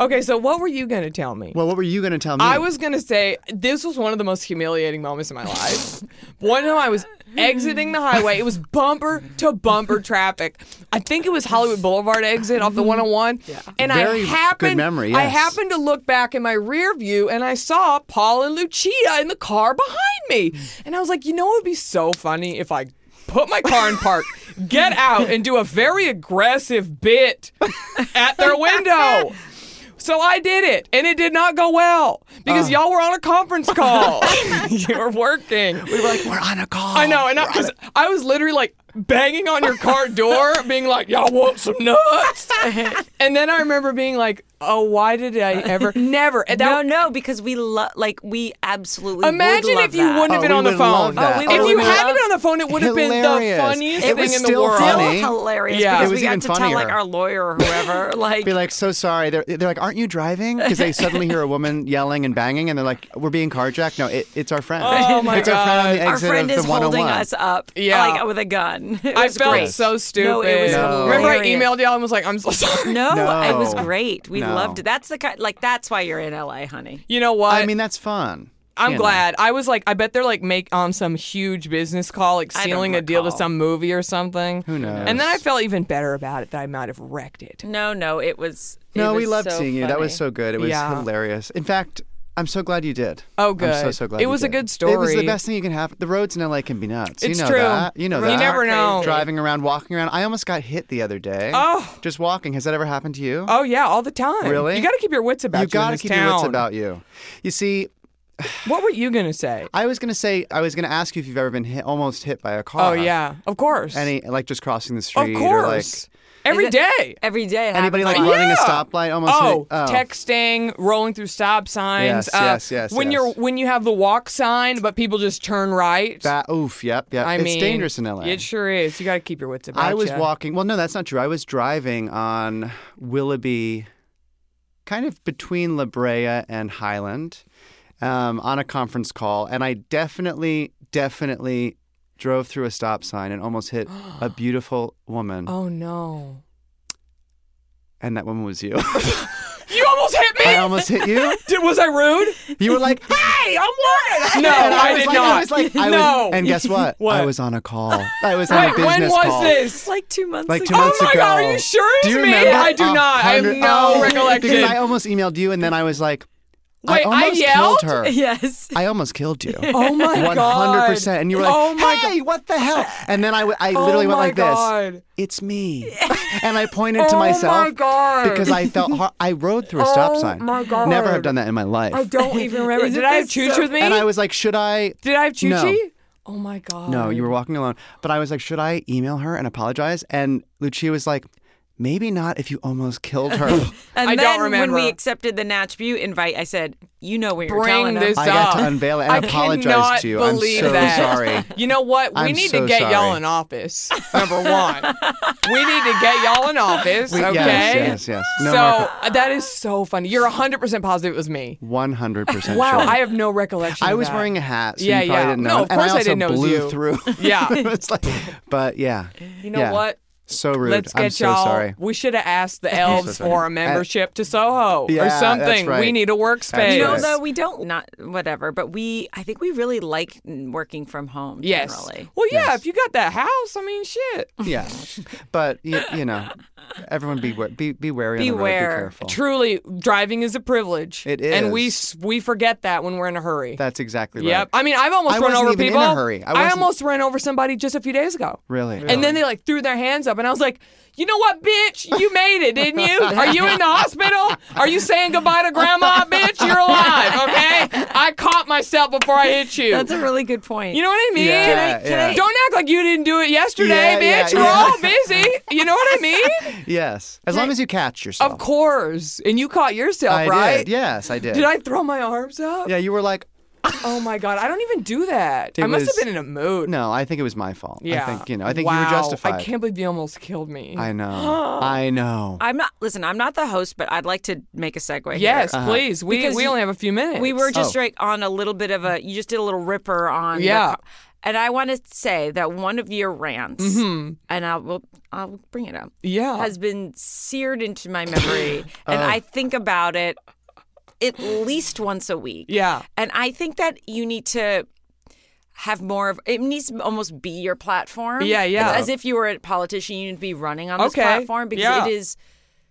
C: Okay, so what were you going to tell me?
E: Well, what were you going to tell me?
C: I was going to say this was one of the most humiliating moments in my life. one time I was exiting the highway, it was bumper to bumper traffic. I think it was Hollywood Boulevard exit off the 101. Yeah. And
E: Very
C: I
E: good
C: happened
E: memory,
C: I
E: yes.
C: happened to look back in my rear view and I saw Paul and Lucia in the car behind me. And I was like, "You know it would be so funny if I put my car in park, get out and do a very aggressive bit at their window. So I did it, and it did not go well because
E: Ah.
C: y'all were on a conference call. you were working.
E: We were like, we're on a call.
C: I know, and I was, I was literally like banging on your car door, being like, "Y'all want some nuts?" and then I remember being like, "Oh, why did I
E: Uh,
C: ever? Never." And
D: no,
C: that,
D: no, because we love, like, we absolutely would
C: imagine
D: love
C: if you
D: that.
C: wouldn't have
E: Oh,
C: been
E: we
C: on the
E: would love
C: phone.
E: that.
D: Oh, we
C: if
D: would
C: you
D: love-
C: had been on the phone, it would have been the
E: Hilarious.
C: funniest
E: It
C: thing
E: was
C: in the
E: still
C: world.
D: Still
E: funny.
D: hilarious
C: Oh, Yeah. It
D: because
E: was
D: we got
E: even
D: to tell like
E: funnier.
D: our lawyer or whoever like,
E: Be like, so sorry. They're, they're like, aren't you driving? Because they suddenly hear a woman yelling and banging, and they're like, we're being carjacked. No, it, it's our friend.
C: Oh, my
E: it's our friend on the exit
C: God.
D: our friend
E: of the
D: is holding
E: 101.
D: us up
C: Yeah.
D: like with a gun. It
C: I
D: was
C: felt
D: great.
C: so stupid.
D: No, it was
E: No.
C: Remember, I
D: hilarious.
C: emailed y'all and was like, "I'm so sorry."
D: No, it was
E: No.
D: great. We
E: No.
D: loved it. That's the kind like that's why you're in LA, honey.
C: You know what?
E: I mean, that's fun.
C: I'm
E: you know.
C: glad. I was like, I bet they're like make on some huge business call, like
D: I don't
C: sealing a deal to
D: recall.
C: some movie or something.
E: Who knows?
C: And then I felt even better about it that I might have wrecked it.
D: No, no, it was it
E: No, we
D: was
E: loved
D: so
E: seeing you. That was
D: funny.
E: so good. It was
C: Yeah.
E: hilarious. In fact, I'm so glad you did.
C: Oh,
E: I'm so
C: good.
E: so glad.
C: It
E: you
C: was a
E: did.
C: good
E: It was
C: story.
E: the best thing you can have. The roads in LA can be nuts.
C: It's
E: you know
C: true.
E: that. You know
C: You
E: that.
C: never know.
E: Driving around, walking around. I almost got hit the other day.
C: Oh.
E: Just walking. Has that ever happened to you?
C: Oh yeah, all the time.
E: Really?
C: You got to keep your wits about you.
E: you
C: in
E: gotta
C: this
E: keep your wits
C: town.
E: about you. You see,
C: What were you gonna say?
E: I was gonna say I was gonna ask you if you've ever been hit, almost hit by a car.
C: Oh yeah, of course.
E: Any like just crossing the
C: of
E: street or like
C: course. Every
D: Is it-
C: day.
D: Every day it
E: anybody like
D: happens
C: Yeah.
E: running a stoplight almost.
C: Oh,
E: hit, oh.
C: texting, rolling through stop signs. uh,
E: Yes, yes, yes,
C: When
E: yes.
C: you're when you have the walk sign, but people just turn right.
E: That oof. Yep. Yep.
C: I
E: it's
C: mean,
E: dangerous in LA.
C: It sure is. You got to keep your wits about
E: I was
C: ya.
E: walking. Well, no, that's not true. I was driving on Willoughby, kind of between La Brea and Highland, um, on a conference call, and I definitely, definitely drove through a stop sign and almost hit a beautiful woman,
C: Oh no!
E: and that woman was you.
C: You almost hit me.
E: I almost hit you.
C: Did, was I rude?
E: You were like, "Hey, I'm working."
C: No,
E: And
C: I
E: was
C: did
E: like,
C: not.
E: I was like, I
C: No.
E: was, and guess what?
C: What?
E: I was on a call. I was on a
C: Wait,
E: business
C: when was
E: call.
C: this?
D: like two months
E: like two
D: ago.
E: months
C: Oh my
E: ago.
C: God, are you sure it's
E: Do you
C: me?
E: remember?
C: I do
E: A
C: not. I have
E: hundred-
C: no
E: Oh,
C: recollection.
E: Because I almost emailed you, and then I was like,
C: Wait, I
E: I almost
C: yelled?
E: killed her.
D: yes.
E: I almost killed you.
C: Oh my
E: One hundred percent. And you were like,
C: Oh my
E: "Hey, what the hell?" And then I, w- I
C: Oh
E: literally went
C: my
E: like
C: God.
E: this. It's me. And I pointed
C: Oh
E: to
C: my
E: myself
C: God.
E: because I felt hor- I rode through a stop
C: Oh
E: sign.
C: my God.
E: Never have done that in my life.
C: I don't even remember. Did I have
D: this
C: chooch
D: so-
C: with me?
E: And I was like, "Should I?"
C: Did I have choochie?
E: No.
C: Oh my god.
E: No, you were walking alone. But I was like, should I email her and apologize? And Lucia was like, maybe not if you almost killed her.
D: And
C: I don't
D: then
C: remember.
D: when we accepted the Natch View invite, I said, "You know where you're
C: Bring
D: telling
C: this
D: them."
E: I got to
C: Stop.
E: unveil it and
C: I
E: apologize
C: cannot
E: to you. I'm
C: believe
E: so
C: that.
E: sorry.
C: You know what? We
E: I'm
C: need
E: so
C: to get y'all
E: sorry.
C: in office. Number one, we need to get y'all in office.
E: We- yes,
C: okay.
E: yes, yes. No
C: so uh,
E: more
C: that is so funny. You're 100 percent positive it was me.
E: 100%
C: Wow,
E: sure.
C: I have no recollection.
E: I
C: of
E: was
C: that.
E: wearing a hat, so
C: Yeah,
E: you probably
C: yeah.
E: didn't
C: No,
E: know.
C: of course
E: and
C: I
E: I also
C: didn't know it was
E: blew
C: you.
E: through.
C: Yeah.
E: It's like- but yeah.
C: You know
E: yeah.
C: what?
E: So rude.
C: Let's get
E: I'm so
C: y'all.
E: sorry.
C: We should have asked the elves
E: sorry.
C: for a membership to Soho
E: Yeah,
C: or
E: that's
C: something. We
E: right.
C: need a workspace.
E: That's
D: You know,
E: Yes.
D: though we don't not whatever, but we I think we really like working from home.
C: Yes.
D: Generally.
C: Well, yeah.
E: Yes.
C: If you got that house, I mean, shit.
E: Yeah. But, you, you know, everyone be, wa- be, be wary on the road. Be
D: Beware.
E: careful.
C: Truly, driving is a privilege.
E: It
C: and we
E: is.
C: s- we forget that when we're in a hurry.
E: That's exactly right.
C: Yep. I mean, I've almost
E: I
C: run
E: wasn't
C: over
E: even in a
C: people.
E: hurry. I
C: I,
E: wasn't-
C: almost ran over somebody just a few days ago.
E: Really?
C: And then they like threw their hands up, and I was like, "You know what, bitch? You made it, didn't you? Are you in the hospital? Are you saying goodbye to grandma, bitch? You're alive, okay? I caught myself before I hit you.
D: That's a really good point.
C: you know what I mean?
E: Yeah, Can I- can yeah. I-
C: Don't act like you didn't do it yesterday,
E: Yeah, yeah,
C: bitch.
E: yeah.
C: We're all busy. You know what I mean?
E: Yes. As long as you catch yourself.
C: Of course. And you caught yourself,
E: I
C: right?
E: did. Yes, I did.
C: Did I throw my arms up?
E: Yeah, you were like,
C: Oh my god, I don't even do that.
E: It
C: I must
E: was-
C: have been in a mood.
E: no, I think it was my fault.
C: Yeah.
E: I think, you know, I think
C: wow.
E: you were justified.
C: I can't believe you almost killed me.
E: I know. I know.
D: I'm not listen, I'm not the host, but I'd like to make a segue.
C: Yes,
D: here.
C: please. We
D: Uh-huh. Because
C: we
D: you-
C: only have a few minutes.
D: We were just
E: Oh.
D: like on a little bit of a. You just did a little ripper on. the
C: Yeah.
D: co- and I want to say that one of your rants, and I will, I'll bring it up,
C: Mm-hmm. Yeah. Oh.
D: has been seared into my memory, and I think about it at least once a week.
C: Yeah.
D: and I think that you need to have more of it needs to almost be your platform.
C: Yeah, yeah.
D: It's as if you were a politician, you need to be running on this
C: Okay,
D: platform because
C: yeah.
D: it is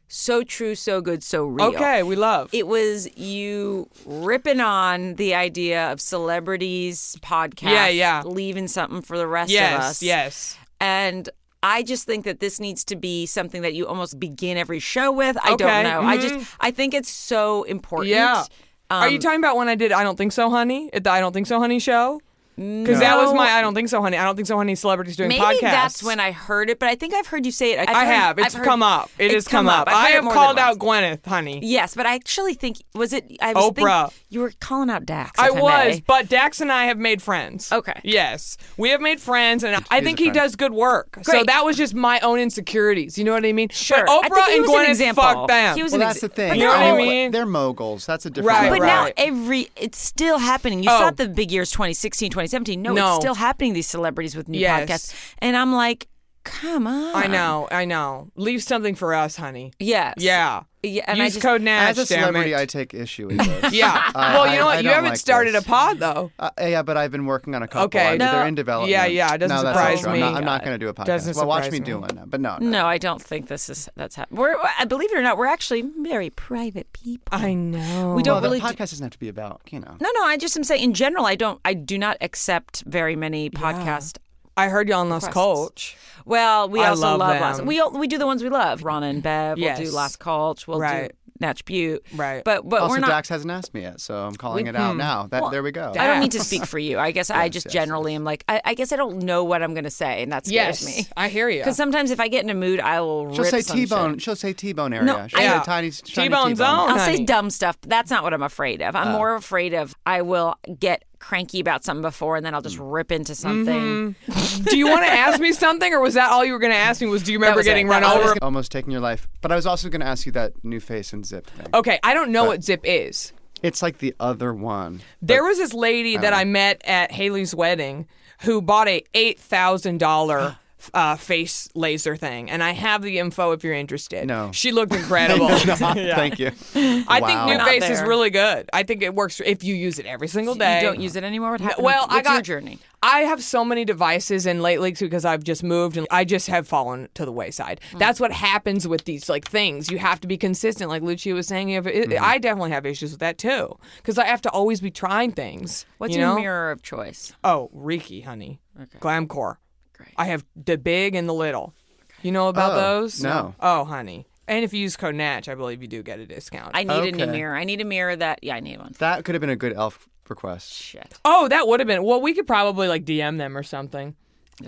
D: so true, so good, so real
C: Okay, we love.
D: it was you ripping on the idea of celebrities podcasts
C: Yeah, yeah.
D: leaving something for the rest of
C: yes,
D: us
C: yes.
D: and I just think that this needs to be something that you almost begin every show with. I
C: Okay. mm-hmm.
D: don't know. I just I think it's so important.
C: Yeah. Are you
D: Um,
C: talking about when I did I Don't Think So Honey at the I Don't Think So Honey show? Because that was
D: No.
C: my I Don't Think So Honey. I Don't Think So Honey celebrities doing
D: Maybe
C: podcasts.
D: that's when I heard it, but I think I've heard you say it. I've
C: I
D: heard-
C: have. It's
D: I've heard-
C: come up. It
D: It's
C: has come up.
D: I've
C: I
D: heard it
C: have
D: more than
C: called out
D: once.
C: Gwyneth, honey.
D: Yes, but I actually think was it. I was think-
C: Oprah.
D: you were calling out Dax.
C: I
D: if I,
C: was,
D: may.
C: but Dax and I have made friends.
D: Okay.
C: Yes. We have made friends, and I think he
E: friend.
C: does good work. So
D: Great.
C: that was just my own insecurities. You know what I mean?
D: Sure.
C: But
D: I
C: Oprah
D: think he
C: and
D: was an
C: Gwyneth
D: example.
C: fuck them.
D: He was
E: Well,
D: an
E: that's the
D: ex-
E: thing.
D: but
C: You know what I
E: They're-
C: mean?
E: They're moguls. That's a different.
C: Right,
E: level.
D: But now
C: right.
D: every it's still happening. You
C: Oh.
D: thought the big years 2016, 2017. No,
C: No.
D: it's still happening. These celebrities with new
C: Yes.
D: podcasts, and I'm like, come on.
C: I know. I know. Leave something for us, honey.
D: Yes.
C: Yeah.
D: Yeah. And
C: Use
D: I just,
C: code Nash,
E: As a
C: damn
E: celebrity,
C: it.
E: I take issue with this.
C: yeah.
E: I-
C: well, you
E: I-
C: know what?
E: I
C: you
E: don't
C: haven't
E: like
C: started
E: this.
C: a pod though.
E: Uh, yeah, but I've been working on a couple.
C: Okay.
E: I mean,
C: No.
E: they're in development.
C: Yeah, yeah, it doesn't
E: no, that's not
C: surprise
E: true.
C: me.
E: I'm not, I'm not going to do a podcast.
C: Doesn't
E: well, watch
C: surprise
E: me,
C: me.
E: do one, but no,
D: No, I don't think this is that's happening. We're I- believe it or not, we're actually very private people.
C: I know.
D: we don't
E: well,
D: really
E: the
D: do-
E: podcast doesn't have to be about you know.
D: No, no, I just am saying in general, I don't, I do not accept very many podcast.
C: I heard y'all on Lost Coach.
D: Well, we
C: I
D: also
C: love
D: love, Lost.
C: them.
D: We all- we do the ones we love. Ron and Bev. We'll
C: Yes.
D: do Last Cult. We'll
C: Right.
D: do Natch Butte.
C: Right.
D: But but
E: also,
D: we're not.
E: Dax hasn't asked me yet, so I'm calling it
C: Hmm.
E: out now. That there we go.
D: I don't need to speak for you. I guess I just generally am like I, I guess I don't know what I'm going to say, and that scares me.
C: I hear you.
D: Because sometimes if I get in a mood, I will
E: She'll
D: rip
E: say
D: some shit.
E: T-bone. She'll say T-bone area.
D: No,
E: She'll
C: I-
E: say tiny, shiny
C: T-bone zone.
D: I'll
C: honey. Uh.
D: say dumb stuff, but that's not what I'm afraid of. I'm more afraid of I will get cranky about something before, and then I'll just
C: Mm.
D: rip into something.
C: Mm-hmm. do you want to ask me something, or was that all you were going to ask me? Was do you remember
D: was it.
C: getting
D: That
C: run
D: was
C: over?
E: Almost taking your life. But I was also going to ask you that new face and zip thing.
C: Okay, I don't know what Zip is.
E: It's like the other one.
C: There was this lady that I met at Haley's wedding who bought a eight thousand dollar. Uh, face laser thing, and I have the info if you're interested.
E: No.
C: she looked incredible.
E: Thank you.
C: I
E: Wow.
C: think new
D: not
C: face is
D: there.
C: really good. I think it works if you use it every single day.
D: You don't use it anymore. What happened?
C: Well,
D: What's
C: I got
D: your journey.
C: I have so many devices and lately because I've just moved and I just have fallen to the wayside.
D: Mm.
C: That's what happens with these like things. You have to be consistent, like Lucia was saying. You have, it,
D: Mm-hmm.
C: I definitely have issues with that too because I have to always be trying things.
D: What's
C: you
D: your
C: know?
D: mirror of choice?
C: Oh, Reiki, honey. Glamcore.
D: Great.
C: I have the big and the little. You know about
E: Oh,
C: those?
E: no.
C: Oh, honey. And if you use code Natch, I believe you do get a discount.
D: I need a new
E: Okay.
D: mirror. I need a mirror that. Yeah, I need one.
E: That could have been a good elf request.
D: Shit.
C: Oh, that would have been. Well, we could probably like DM them or something.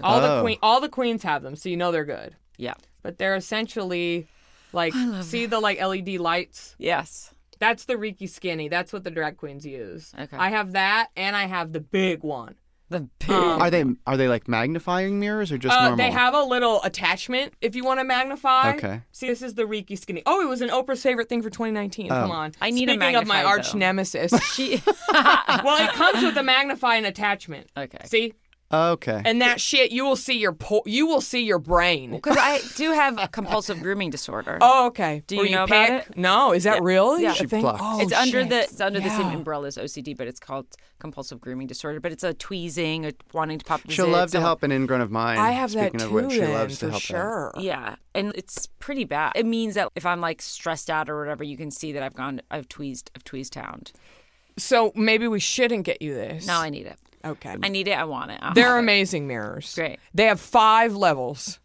C: All the
E: Oh.
C: queen, all the queens have them, so you know they're good.
D: Yeah.
C: But they're essentially like see the like LED lights.
D: Yes.
C: That's the Reiki skinny. That's what the drag queens use.
D: Okay.
C: I have that, and I have the big one.
D: The big.
E: Are they are they like magnifying mirrors or just
C: Uh,
E: normal?
C: they have a little attachment if you want to magnify.
E: Okay.
C: See, this is the Reiki skinny. Oh, it was an Oprah's favorite thing for 2019.
E: Oh.
C: Come on.
D: I need a
C: Speaking of my
D: magnifier,
C: arch
D: though.
C: nemesis.
D: she.
C: well, it comes with a magnifying attachment.
D: Okay.
C: See,
E: okay.
C: and that shit you will see your po- you will see your brain
D: Because I do have a compulsive grooming disorder.
C: oh okay
D: Do you
C: Where
D: know about
C: pick?
D: it?
C: no is that real
D: Yeah.
E: She plucked.
C: oh,
D: it's under
C: shit.
D: the it's under the same
C: Yeah.
D: umbrella as OCD, but it's called compulsive grooming disorder. But it's a tweezing, a wanting to pop. your
E: She'll
D: zits,
E: love to
D: a-
E: help an ingrown of mine.
C: i have
E: Speaking
C: that
E: of
C: too
E: which, she
C: then,
E: loves
C: for
E: to help them.
C: sure
D: Yeah, and it's pretty bad. It means that if I'm like stressed out or whatever, you can see that I've gone, I've tweezed, I've tweezed towned.
C: so maybe we shouldn't get you this
D: Now I need it.
C: okay
D: I need it. I want it. I'll
C: they're
D: have it.
C: amazing mirrors
D: Great.
C: they have five levels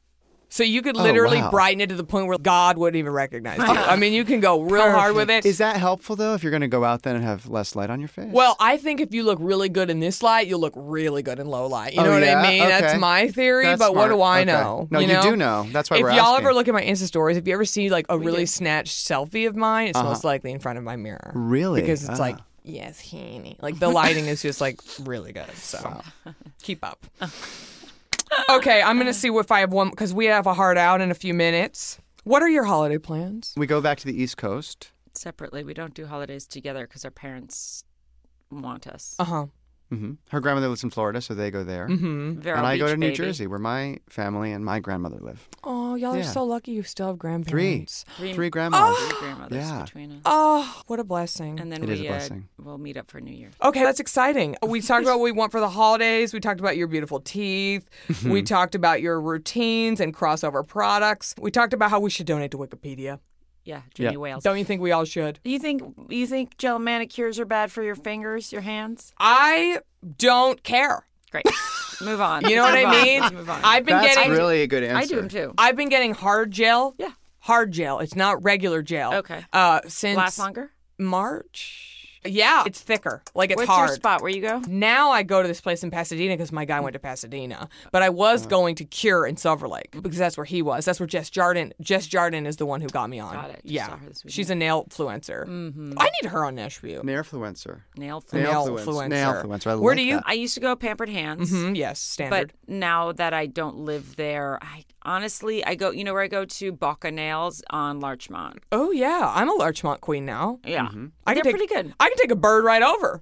C: so you could literally
E: Oh, wow.
C: brighten it to the point where god wouldn't even recognize you i mean you can go real hard with it
E: Is that helpful though? If you're going to go out then and have less light on your face?
C: Well, I think if you look really good in this light, you'll look really good in low light. You
E: Oh,
C: know what
E: yeah?
C: I mean? That's
E: Okay.
C: my theory,
E: That's
C: but what
E: smart.
C: do I
E: Okay.
C: know?
E: No,
C: you,
E: you
C: know?
E: do know. That's why
C: if
E: we're
C: y'all ever
E: asking.
C: look at my Insta stories, if you ever see like a really snatched selfie of mine, it's most likely in front of my mirror.
E: Uh-huh. Really?
C: Because it's
E: Ah.
C: like, yes, honey. Like the lighting is just like really good. So keep up. okay, I'm going to see if I have one because we have a heart out in a few minutes. What are your holiday plans?
E: we go back to the East Coast.
D: separately. We don't do holidays together because our parents want us.
C: Uh huh.
E: hmm Her grandmother lives in Florida, so they go there.
C: Mm-hmm.
D: Vero
E: And I go
D: Beach,
E: to New
D: baby.
E: Jersey, where my family and my grandmother live.
C: Oh, y'all are
E: Yeah.
C: so lucky you still have
E: Three,
C: grandparents.
E: three grandmas.
D: Three grandmothers
E: Yeah.
D: between us.
C: Oh, what a blessing.
D: And then
E: It
D: we
E: is a blessing.
D: Uh, we'll meet up for New Year.
C: Okay, that's exciting. We talked about what we want for the holidays. We talked about your beautiful teeth. We talked about your routines and crossover products. We talked about how we should donate to Wikipedia.
D: Yeah, Jimmy Wales.
C: Don't you think we all should?
D: you think you think gel manicures are bad for your fingers, your hands?
C: I don't care.
D: Great. Move on.
C: You know what
D: Let's move
C: I
D: on.
C: mean?
D: Let's move on.
C: I've been
E: That's
C: getting
E: really a good answer.
D: I do them too.
C: I've been getting hard gel.
D: Yeah.
C: Hard gel. It's not regular gel.
D: Okay.
C: Uh since
D: Last longer.
C: March. Yeah, it's thicker. Like it's
D: What's
C: hard.
D: your spot where you go?
C: Now I go to this place in Pasadena because my guy went to Pasadena, but I was going to Cure in Silver Lake because that's where he was. That's where Jess Jardin. Jess Jardin is the one who got me on.
D: Got it. Just
C: yeah,
D: saw her this weekend.
C: she's a nail influencer. Mm-hmm. I need her on Nashview.
E: Nail influencer.
D: Nail flip.
E: Nail
C: Nail
E: influencer.
C: influencer.
E: Nail influencer. I
C: Where
E: like
C: do you-
E: that.
D: I used to go pampered hands.
C: Mm, yes, standard.
D: But now that I don't live there, I honestly I go. You know where I go to Boca Nails on Larchmont.
C: oh yeah, I'm a Larchmont queen now.
D: Yeah,
E: Mm-hmm.
C: I
D: they're
C: can take,
D: pretty good.
C: I can take a bird right over.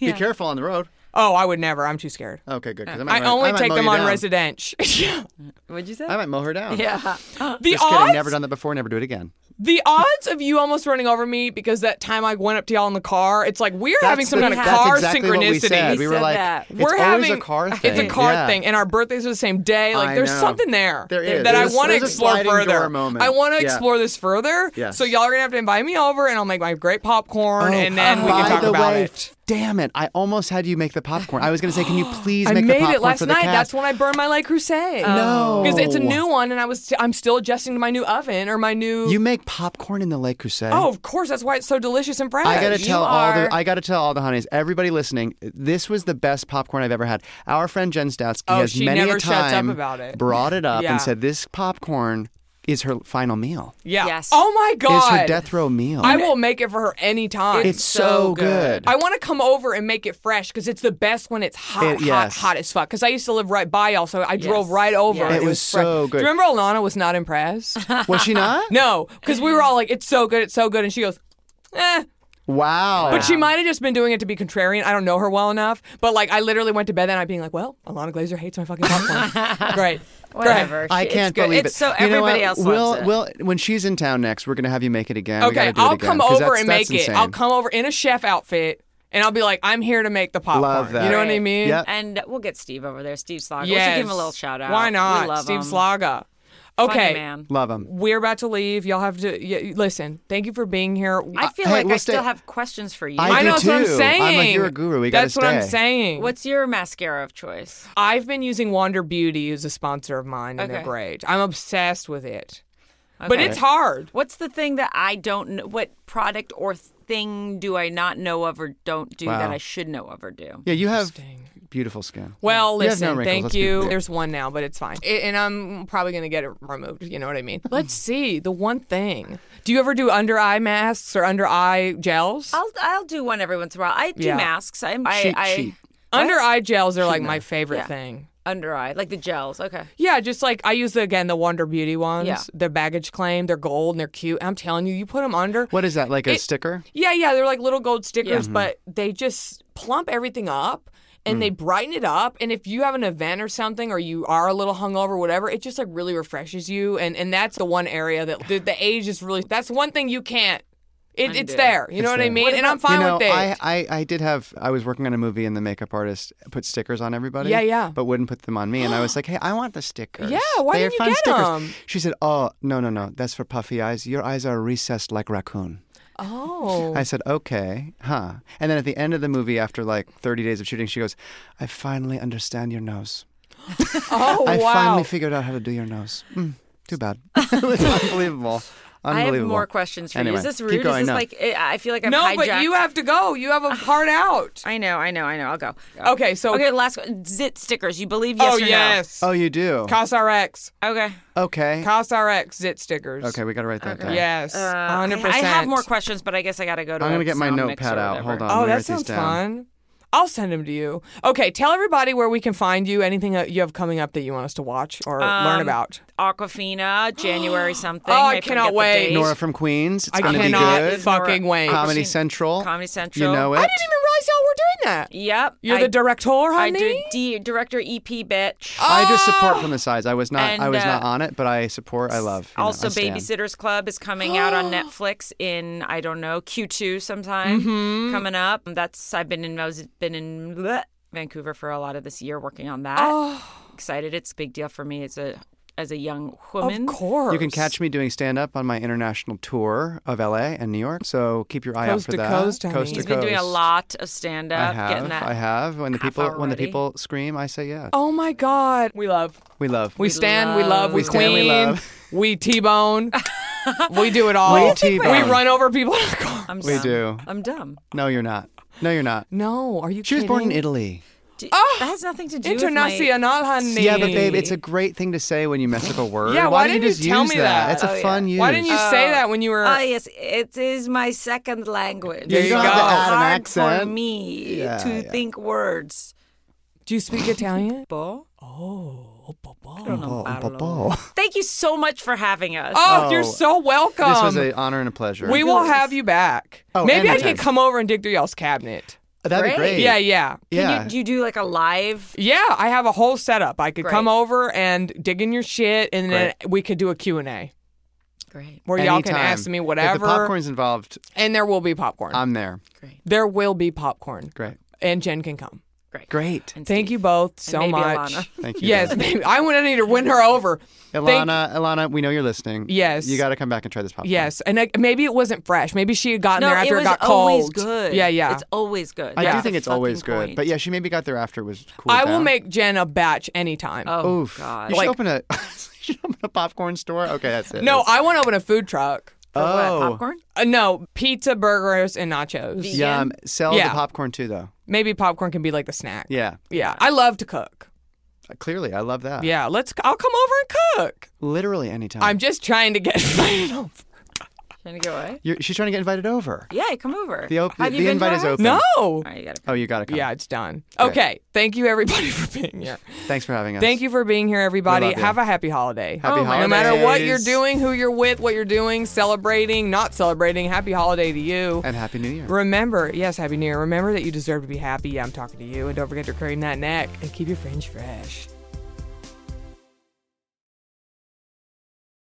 E: Be careful on the road.
C: oh, I would never. I'm too scared.
E: Okay, good. 'cause might
C: I
E: mow-
C: only
E: might
C: take
E: mow
C: them
E: you
C: on
E: down.
C: residential.
D: What'd you say?
E: I might mow her down.
D: yeah.
C: the
E: Just kidding.
C: odds,
E: Never done that before. Never do it again.
C: the odds of you almost running over me because that time I went up to y'all in the car. It's like we're having
E: That's
C: some
E: the-
C: kind of
E: that's
C: car
E: exactly
C: synchronicity.
E: What we said.
D: We
E: We were
D: said
E: like,
D: that.
E: it's
C: we're
E: always
C: having
E: a car thing.
C: It's a car
E: Yeah.
C: thing, and our birthdays are the same day. Like,
E: I
C: there's
E: know.
C: something there,
E: There is.
C: that
E: There's-
C: I want to
E: there's a
C: explore
E: sliding
C: further.
E: door moment.
C: I want to
E: Yeah.
C: explore this further.
E: Yes.
C: So y'all are gonna have to invite me over, and I'll make my great popcorn, and then we
E: Oh, By
C: can talk
E: the
C: about
E: way,
C: it.
E: Damn it! I almost had you make the popcorn. I was gonna say, can you please
C: I
E: make the
C: made
E: popcorn
C: it last
E: for the
C: night.
E: cast?
C: That's when I burned my Le Creuset.
E: No.
C: because it's a new one, and I was i I'm still adjusting to my new oven or my new.
E: You make popcorn in the Lake Crusade.
C: oh, of course, that's why it's so delicious and fresh.
E: I gotta tell all
D: are-
E: the I gotta tell all the honeys, everybody listening, this was the best popcorn I've ever had. Our friend Jen Stoutsky
C: Oh,
E: has
C: she
E: many
C: never
E: a
C: shuts up
E: time
C: about it.
E: brought it up
C: Yeah.
E: and said this popcorn is her final meal.
C: Yeah.
D: Yes.
C: Oh my God.
E: Is her death row meal.
C: I will make it for her anytime.
E: it's so
D: so
E: good.
D: good.
C: I want to come over and make it fresh because it's the best when it's hot,
E: It- yes.
C: hot, hot as fuck. Because I used to live right by y'all, so I drove right over.
D: Yes.
C: and
E: It was
C: fresh.
E: so
C: Do
E: good.
C: you remember Alana was not impressed?
E: was she not?
C: no, because we were all like, "It's so good, it's so good," and she goes, "Eh."
E: Wow.
C: But she might have just been doing it to be contrarian. I don't know her well enough. But like, I literally went to bed that night being like, "Well, Alana Glazer hates my fucking popcorn." Great.
D: Whatever.
E: I
D: It's
E: can't
D: good.
E: believe
D: It's
E: it.
D: so
E: You know
D: everybody
E: what?
D: else
E: we'll,
D: loves it.
E: We'll, when she's in town next, we're gonna have you make it again. We
C: Okay,
E: gotta do it
C: I'll
E: again,
C: come
E: 'cause
C: over
E: that's-
C: and
E: that's
C: make it. I'll
E: insane.
C: come over in a chef outfit, and I'll be like, "I'm here to make the popcorn."
E: Love that.
C: You know what I
D: Right.
C: mean?
E: Yep.
D: and we'll get Steve over there. Steve Slaga. We should
C: Yes.
D: give him a little shout out.
C: Why
D: We
C: not?
D: love
C: Steve
D: him.
C: Slaga.
D: Funny
C: Okay.
D: man.
E: Love them.
C: We're about to leave. Y'all have to y- listen. Thank you for being here.
D: I feel
E: Uh, hey,
D: like
E: we'll
D: I still
E: stay-
D: have questions for you.
E: I do
C: know that's what I'm
E: too. I'm
C: saying.
E: like, you're a guru. We gotta
C: That's what I'm
E: stay.
C: saying.
D: What's your mascara of choice?
C: I've been using Wander Beauty who's a sponsor of mine, and they're
D: Okay.
C: great. I'm obsessed with it, but
D: Okay.
C: it's hard.
D: What's the thing that I don't know? What product or thing do I not know of or don't do that I should know of or do?
E: Yeah, you have beautiful skin.
C: Well,
E: You have no
C: listen,
E: wrinkles,
C: thank
E: let's be
C: you.
E: clear.
C: There's one now, but it's fine. It, and I'm probably going to get it removed. You know what I mean? Let's see. The one thing. Do you ever do under eye masks or under eye gels?
D: I'll I'll do one every once in a while. I do
C: Yeah.
D: masks. I'm I,
E: Cheat
D: I
E: sheet.
C: under eye gels are like my favorite
D: Yeah.
C: thing.
D: under eye like the gels. Okay.
C: Yeah, just like I use the, again the Wonder Beauty ones.
D: Yeah.
C: They're baggage claim. They're gold and they're cute. I'm telling you, you put them under.
E: What is that? Like a
C: It-
E: sticker?
C: Yeah, yeah, they're like little gold stickers, but they just plump everything up
E: Mm.
C: and they brighten it up. And if you have an event or something, or you are a little hungover, whatever, it just like really refreshes you. And and that's the one area that the, the age is really. That's one thing you can't. It, it's
D: Undo.
C: there. You know what I mean? and I'm fine
E: you know,
C: with it.
E: I, I, I did have I was working on a movie and the makeup artist put stickers on everybody.
C: Yeah, yeah.
E: But wouldn't put them on me, and I was like, "Hey, I want the stickers."
C: Yeah, why
E: They are
C: didn't you
E: fun
C: get
E: stickers.
C: 'em?
E: She said, "Oh, no, no, no, that's for puffy eyes. Your eyes are recessed like raccoon."
C: oh.
E: I said, "Okay, huh?" And then at the end of the movie, after like 30 days of shooting, she goes, "I finally understand your nose.
C: oh,
E: I
C: wow.
E: finally figured out how to do your nose. Mm, too bad. it was unbelievable. Unbelievable.
D: I have more questions for you.
E: Anyway,
D: Is this
E: keep
D: rude?
E: going.
D: Is this
E: No.
D: like eh, I I feel like I'm
C: no,
D: hijacked.
C: but you have to go. You have a hard out.
D: I know, I know, I know. I'll go.
C: Okay, so.
D: Okay, last zit stickers. You believe yes
C: oh,
D: or no?
C: yes.
E: Oh, you do.
C: CosRX.
D: Okay.
E: okay.
C: CosRX zit stickers.
E: okay, we got to write that down.
C: Yes.
D: Uh, I-
C: 100%.
D: I have more questions, but I guess I gotta go to.
E: I'm gonna
D: a
E: get my
D: sound
E: notepad
D: mixer or
E: out.
D: whatever.
E: Hold on.
C: Oh,
E: let me
C: that
E: write these
C: sounds
E: down.
C: fun. I'll send them to you. Okay, tell everybody where we can find you, anything that you have coming up that you want us to watch or
D: Um,
C: learn about.
D: Aquafina, January something.
C: Oh, I
D: forget
C: cannot
D: the
C: wait.
D: date.
E: Nora from Queens. It's
C: I
E: going to be
C: cannot
E: good.
C: fucking wait. I
E: Comedy Central.
D: Comedy Central.
E: You know it.
C: didn't even realize y'all were doing that.
D: Yep.
C: You're
D: I,
C: the director,
D: I
C: honey?
D: do D, director EP bitch.
E: I just support from the sides. I was not. I
D: Ah! And,
E: was not
D: uh,
E: on it, but I support. I love. you know,
D: also,
E: I stand.
D: Babysitters Club is coming out on Netflix in I don't know Q2 sometime
C: Mm-hmm.
D: coming up. That's I've been in I was been in
C: Oh.
D: bleh, Vancouver for a lot of this year working on that. Excited! It's a big deal for me. It's a as a young woman.
C: Of course.
E: You can catch me doing stand up on my international tour of LA and New York. So keep your eye out
C: Coast
E: for
C: to
E: that.
C: coast, honey.
E: coast to
C: He's
D: He's been doing a
E: coast.
D: lot of stand
E: I
D: up, getting
E: have.
D: that.
E: I have. When the
D: half
E: people when the
D: already.
E: people scream, I say yes.
C: Oh my God. We love.
E: We love.
C: We, stand, we love,
D: love.
C: we,
E: We stand, we
C: queen,
E: love.
C: we T-bone, we do it all.
E: We What do you think T-bone.
C: We run over people in a car.
D: I'm
E: We
D: dumb.
E: do.
D: I'm dumb.
E: No, you're not. No, you're not.
C: No, are you
E: She was
C: kidding?
E: born in Italy.
D: Do-
C: Ah!
D: that has nothing to do with my-
C: International, honey.
E: Yeah, but babe, it's a great thing to say when you mess up a word.
C: Yeah, why
E: why, didn't you
C: didn't
E: just
C: you tell
E: use
C: me that?
E: It's
D: Oh,
E: a
D: yeah.
E: fun use.
C: Why didn't you say that when you were?
D: Ah, yes, it is my second language.
E: Yeah,
C: you
D: so
C: don't have to
D: it's
E: add an
D: hard for
E: accent.
D: me
E: Yeah,
D: to
E: yeah.
D: think words.
C: do you speak Italian?
D: Bo? I don't know.
E: Oh,
D: I don't know.
E: Bobo.
D: Thank you so much for having us.
C: Oh,
E: Oh,
C: you're so welcome.
E: This was an honor and a pleasure.
C: we will have you back.
E: Oh,
C: Maybe I
E: anytime.
C: could come over and dig through y'all's cabinet.
E: That'd be
D: Great.
E: great.
C: Yeah, yeah.
D: Can
E: Yeah.
D: you, do you do like a live?
C: Yeah, I have a whole setup. I could come
D: Great.
C: over and dig in your shit, and then we could do a Q&A
D: Great,
C: where y'all can
E: Anytime.
C: ask me
E: If
C: whatever.
E: the popcorn's involved,
C: and there will be popcorn.
E: I'm there.
D: great,
C: there will be popcorn.
E: Great.
C: And Jen can come.
D: great.
E: Great.
D: And
C: Thank
D: Steve.
C: you both so
D: maybe
C: much.
D: Alana.
E: Thank you.
C: Yes, maybe. I want to need to win her over. Thank-
E: Ilana, Ilana, we know you're listening.
C: Yes.
E: You got to come back and try this popcorn.
C: Yes, and like, maybe it wasn't fresh. Maybe she had gotten
D: No,
C: there after
D: it
C: it,
D: was
C: got cold.
D: always good.
C: Yeah, yeah.
D: It's always good.
E: I
C: Yeah.
E: do
D: That's
E: think
D: the
E: it's always
D: fucking
E: good.
D: point.
E: But yeah, she maybe got there after it was cool.
C: I will
E: down.
C: make Jen a batch anytime.
D: Oh
E: Oof.
D: God.
E: You should
C: Like-
E: open a you should open a popcorn store. Okay, that's it.
C: no,
E: That's-
C: I want to open a food truck.
D: For what,
E: Oh.
D: popcorn.
C: Uh, no, pizza, burgers, and nachos.
E: Yum. Sell
C: Yeah.
E: the popcorn too, though.
C: Maybe popcorn can be like the snack.
E: Yeah.
C: yeah. I love to cook.
E: Clearly, I love that.
C: Yeah, let's. I'll come over and cook.
E: Literally, anytime.
C: I'm just trying to get final.
D: Trying to get away?
E: You're, she's trying to get invited over.
D: Yeah, come over.
E: The op-
D: Have you
E: the
D: been to
E: invite
D: our
E: is
D: house?
E: open.
C: No.
D: All right, you gotta
E: Oh, you got to come.
C: Yeah, it's done. Okay. Thank you, everybody, for being here.
E: Thanks for having us.
C: Thank you for being here, everybody.
E: love you.
C: Have a happy holiday.
E: Happy
D: Oh my
E: holidays.
C: No matter what you're doing, who you're with, what you're doing, celebrating, not celebrating, happy holiday to you.
E: And Happy New Year.
C: Remember, yes, Happy New Year. Remember that you deserve to be happy. Yeah, I'm talking to you. And don't forget to crane that neck and keep your fringe fresh.